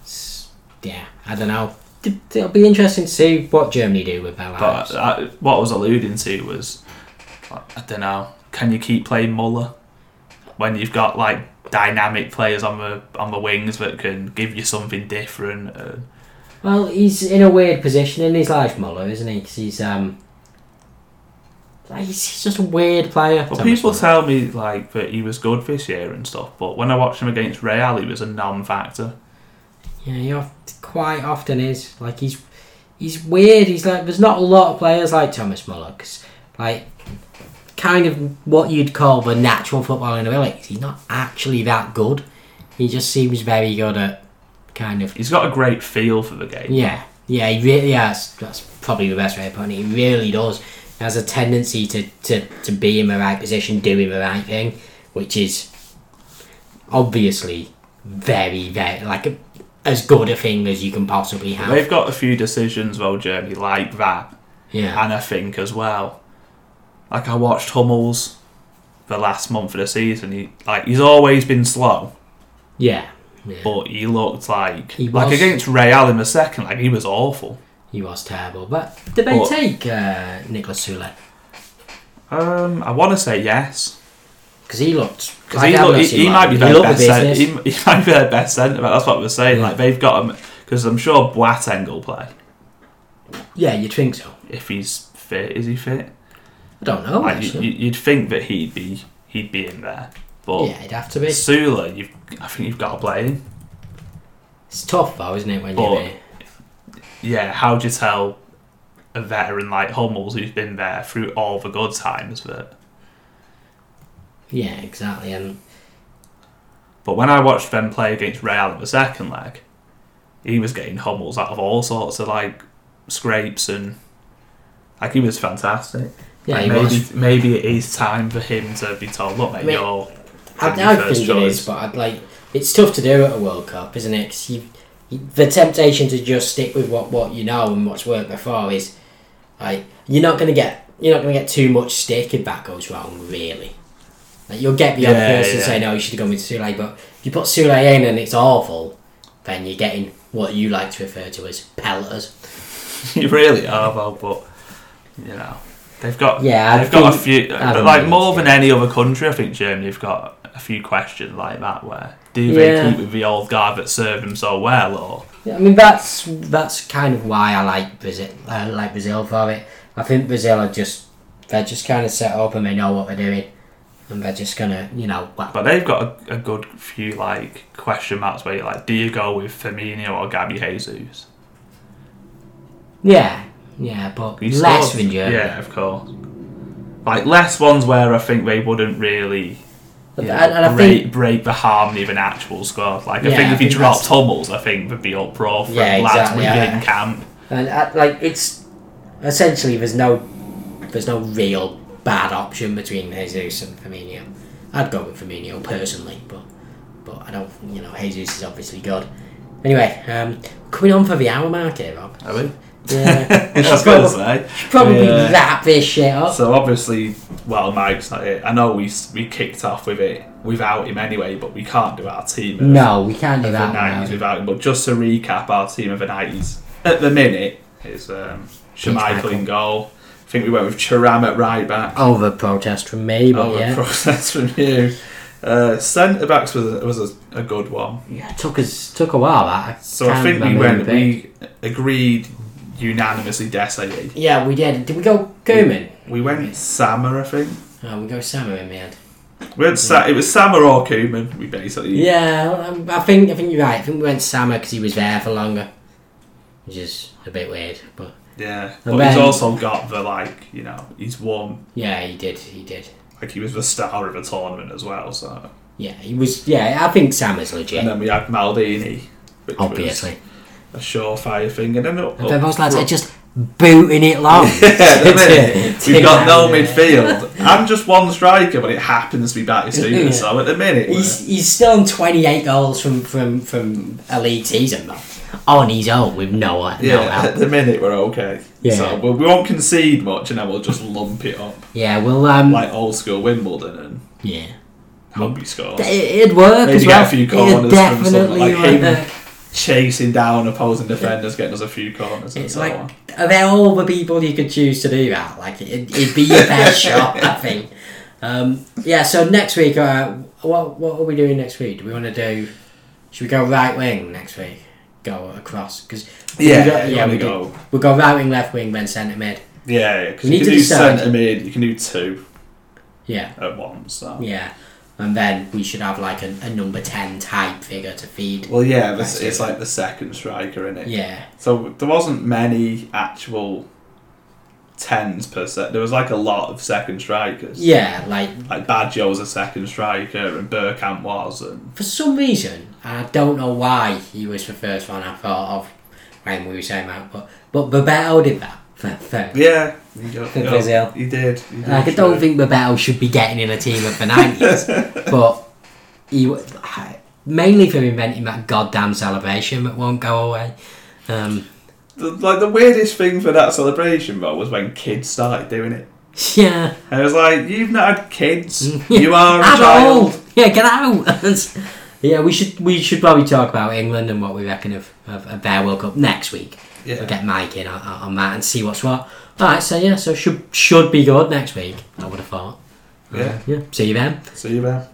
Speaker 1: It's- yeah, I don't know. D- It'll be interesting to see what Germany do with their lives.
Speaker 2: But I, what I was alluding to was I don't know. Can you keep playing Muller when you've got like dynamic players on the on the wings that can give you something different? Uh,
Speaker 1: Well, he's in a weird position in his life, Muller, isn't he? 'Cause he's um, like, he's, he's just a weird player.
Speaker 2: But
Speaker 1: Thomas
Speaker 2: people
Speaker 1: Muller.
Speaker 2: tell me like that he was good this year and stuff. But when I watched him against Real, he was a non-factor.
Speaker 1: yeah, he oft, quite often is like he's he's weird. He's like there's not a lot of players like Thomas Muller 'cause, like kind of what you'd call the natural footballing ability. He's not actually that good. He just seems very good at kind of
Speaker 2: He's got a great feel for the game.
Speaker 1: Yeah, yeah, he really yeah, that's, that's probably the best way of putting it. He really does. He has a tendency to, to, to be in the right position, doing the right thing, which is obviously very, very, like, a, as good a thing as you can possibly have.
Speaker 2: They've got a few decisions though, Jeremy, like that,
Speaker 1: yeah.
Speaker 2: and I think as well. Like I watched Hummels the last month of the season. He like he's always been slow,
Speaker 1: Yeah. yeah.
Speaker 2: but he looked like
Speaker 1: He
Speaker 2: like
Speaker 1: was-
Speaker 2: against Real in the second, like he was awful.
Speaker 1: He was terrible. But did they
Speaker 2: But-
Speaker 1: take uh, Nicholas Sule?
Speaker 2: Um, I want to say yes.
Speaker 1: Because he looked.
Speaker 2: Because
Speaker 1: I
Speaker 2: he,
Speaker 1: haven't
Speaker 2: look, he,
Speaker 1: seen
Speaker 2: he
Speaker 1: him,
Speaker 2: might be
Speaker 1: he
Speaker 2: their
Speaker 1: looked
Speaker 2: best.
Speaker 1: the
Speaker 2: Cent-
Speaker 1: business.
Speaker 2: he, he might be their best centre back. That's what we're saying.
Speaker 1: Yeah.
Speaker 2: Like they've got him because I'm sure Boateng will play
Speaker 1: Yeah, you'd think so.
Speaker 2: if he's fit. Is he fit?
Speaker 1: I don't know,
Speaker 2: like you,
Speaker 1: actually.
Speaker 2: you- you'd think that he'd be he'd be in there, but
Speaker 1: yeah, it'd have to be.
Speaker 2: Sula, you've I think you've got to play him.
Speaker 1: It's tough, though, isn't it, when
Speaker 2: But-
Speaker 1: you're.
Speaker 2: Yeah, how do you tell a veteran like Hummels who's been there through all the good times that?
Speaker 1: Yeah, exactly. And
Speaker 2: But when I watched them play against Real in the second leg, he was getting Hummels out of all sorts of like scrapes and like he was fantastic.
Speaker 1: Yeah,
Speaker 2: Like,
Speaker 1: he
Speaker 2: maybe
Speaker 1: was.
Speaker 2: maybe it is time for him to be told, look, mate,
Speaker 1: Mate,
Speaker 2: you're
Speaker 1: I,
Speaker 2: and your
Speaker 1: I
Speaker 2: first
Speaker 1: think it is,
Speaker 2: choice.
Speaker 1: but I'd like it's tough to do at a World Cup, isn't it? 'Cause you, you, the temptation to just stick with what, what you know and what's worked before is like you're not gonna get you're not gonna get too much stick if that goes wrong, really. Like you'll get the other
Speaker 2: Yeah,
Speaker 1: person
Speaker 2: yeah.
Speaker 1: saying, "No, you should have gone with Sule," but if you put Sule in and it's awful, then you're getting what you like to refer to as pelters.
Speaker 2: you really are, though, but you know they've got
Speaker 1: Yeah, I
Speaker 2: they've got a
Speaker 1: think-
Speaker 2: few
Speaker 1: I
Speaker 2: but
Speaker 1: don't
Speaker 2: like
Speaker 1: know,
Speaker 2: more than
Speaker 1: yeah.
Speaker 2: any other country. I think Germany have got a few questions like that where do
Speaker 1: Yeah.
Speaker 2: they keep with the old guard that served them so well, or
Speaker 1: Yeah, I mean that's that's kind of why I like Brazil. I like Brazil for it. I think Brazil are just they're just kind of set up and they know what they're doing, and they're just gonna you know. Well,
Speaker 2: but they've got a, a good few like question marks where you're like, do you go with Firmino or Gabby Jesus?
Speaker 1: yeah, yeah, but
Speaker 2: You
Speaker 1: less
Speaker 2: sort of-
Speaker 1: than Germany.
Speaker 2: yeah, of course. Like less ones where I think they wouldn't really
Speaker 1: But-
Speaker 2: you know,
Speaker 1: and, and I
Speaker 2: break,
Speaker 1: think
Speaker 2: break the harmony of an actual squad. Like, I
Speaker 1: Yeah, I
Speaker 2: think if you
Speaker 1: think
Speaker 2: dropped
Speaker 1: that's-
Speaker 2: Hummels, I think there'd be uproar from
Speaker 1: Yeah,
Speaker 2: lads
Speaker 1: exactly,
Speaker 2: within
Speaker 1: yeah.
Speaker 2: camp.
Speaker 1: and uh, like it's essentially there's no there's no real bad option between Jesus and Firmino. I'd go with Firmino personally, but but I don't. You know, Jesus is obviously good. Anyway, um, coming on for the hour mark here, Rob.
Speaker 2: Are we?
Speaker 1: Yeah,
Speaker 2: That's
Speaker 1: probably-
Speaker 2: gonna say.
Speaker 1: probably
Speaker 2: Yeah.
Speaker 1: wrap this shit up.
Speaker 2: So obviously, well, Mike's not it. I know we we kicked off with it without him anyway, but we can't do our team. of-
Speaker 1: No, we can't do
Speaker 2: of
Speaker 1: that.
Speaker 2: the nineties
Speaker 1: now.
Speaker 2: without him. But just to recap, our team of the nineties at the minute is um,
Speaker 1: Michael.
Speaker 2: Schmeichel in goal. I think we went with Charam at right back.
Speaker 1: Over protest from me, but
Speaker 2: Oh,
Speaker 1: yeah,
Speaker 2: a process from you. Uh, centre backs was a, was a, a good one.
Speaker 1: yeah, it took us took a while. That I
Speaker 2: So I
Speaker 1: can't
Speaker 2: think we
Speaker 1: remember who
Speaker 2: went.
Speaker 1: picked.
Speaker 2: We agreed unanimously. Desailly.
Speaker 1: yeah, we did. Did we go Kerman?
Speaker 2: We went Sama, I think.
Speaker 1: Oh, we go Samu in the end.
Speaker 2: We had Sa- it was Sama or Koeman. We basically
Speaker 1: Yeah, um, I think I think you're right. I think we went Sama because he was there for longer, which is a bit weird, but
Speaker 2: yeah.
Speaker 1: And
Speaker 2: But he's
Speaker 1: then-
Speaker 2: also got the like you know he's won
Speaker 1: yeah, he did. He did.
Speaker 2: like he was the star of the tournament as well. So
Speaker 1: Yeah, he was. Yeah, I think Sam is
Speaker 2: and
Speaker 1: legit.
Speaker 2: then we had Maldini, which was-
Speaker 1: Obviously,
Speaker 2: a surefire thing. And then up,
Speaker 1: but those lads are
Speaker 2: front-
Speaker 1: just booting it long.
Speaker 2: yeah,
Speaker 1: To-
Speaker 2: the minute,
Speaker 1: to-
Speaker 2: we've got no
Speaker 1: to-
Speaker 2: midfield. I'm just one striker, but it happens to be back
Speaker 1: Yeah.
Speaker 2: soon. So at the minute,
Speaker 1: He's, he's still on 28 goals from from from a league season though, on his own with no uh, no
Speaker 2: we're- yeah,
Speaker 1: help.
Speaker 2: at the minute we're okay.
Speaker 1: Yeah.
Speaker 2: So we, we won't concede much, and then we'll just lump it up
Speaker 1: Yeah, well um
Speaker 2: like old school Wimbledon and
Speaker 1: yeah,
Speaker 2: hope he scores.
Speaker 1: it, would work
Speaker 2: Maybe
Speaker 1: as
Speaker 2: get
Speaker 1: well.
Speaker 2: a few
Speaker 1: It'd
Speaker 2: corners from someone
Speaker 1: definitely
Speaker 2: like him.
Speaker 1: work.
Speaker 2: Chasing down opposing defenders, getting us a few corners and
Speaker 1: It's
Speaker 2: so
Speaker 1: like
Speaker 2: on.
Speaker 1: of all the people you could choose to do that, like it, it'd be your best shot, I think. Um, yeah. So next week, uh, what what are we doing next week? Do we want to do? Should we go right wing next week? Go across because
Speaker 2: Yeah, you
Speaker 1: yeah.
Speaker 2: wanna
Speaker 1: We go.
Speaker 2: go.
Speaker 1: we go right wing, left wing, then centre mid.
Speaker 2: Yeah, because
Speaker 1: We
Speaker 2: you
Speaker 1: need
Speaker 2: can
Speaker 1: to
Speaker 2: do
Speaker 1: decide.
Speaker 2: centre mid, you can do two
Speaker 1: Yeah,
Speaker 2: at once. So.
Speaker 1: yeah. And then we should have like a, a number ten type figure to feed.
Speaker 2: Well, yeah, this,
Speaker 1: I see.
Speaker 2: it's like the second striker, in it?
Speaker 1: Yeah,
Speaker 2: So there wasn't many actual tens per set. There was like a lot of second strikers.
Speaker 1: yeah. Like
Speaker 2: Like Baggio was a second striker and Burkamp was and
Speaker 1: for some reason, and I don't know why he was the first one I thought of when we were saying that, but but Babeto did that. For, for.
Speaker 2: yeah, he, go-
Speaker 1: For Brazil.
Speaker 2: he did. He did
Speaker 1: Like, I
Speaker 2: sure.
Speaker 1: don't think Babeto should be getting in a team of the nineties, but he wa- mainly for inventing that goddamn celebration that won't go away. Um,
Speaker 2: The, like the weirdest thing for that celebration though was when kids started doing it.
Speaker 1: yeah,
Speaker 2: And it was like, you've not had kids. you are a
Speaker 1: I'm
Speaker 2: child.
Speaker 1: old. Yeah, get out. yeah, we should we should probably talk about England and what we reckon of of, of their World Cup next week.
Speaker 2: Yeah.
Speaker 1: We'll get Mike in on, on on that and see what's what. All right, so yeah, so should should be good next week. I would have thought.
Speaker 2: Yeah.
Speaker 1: Yeah, see you then.
Speaker 2: See you there.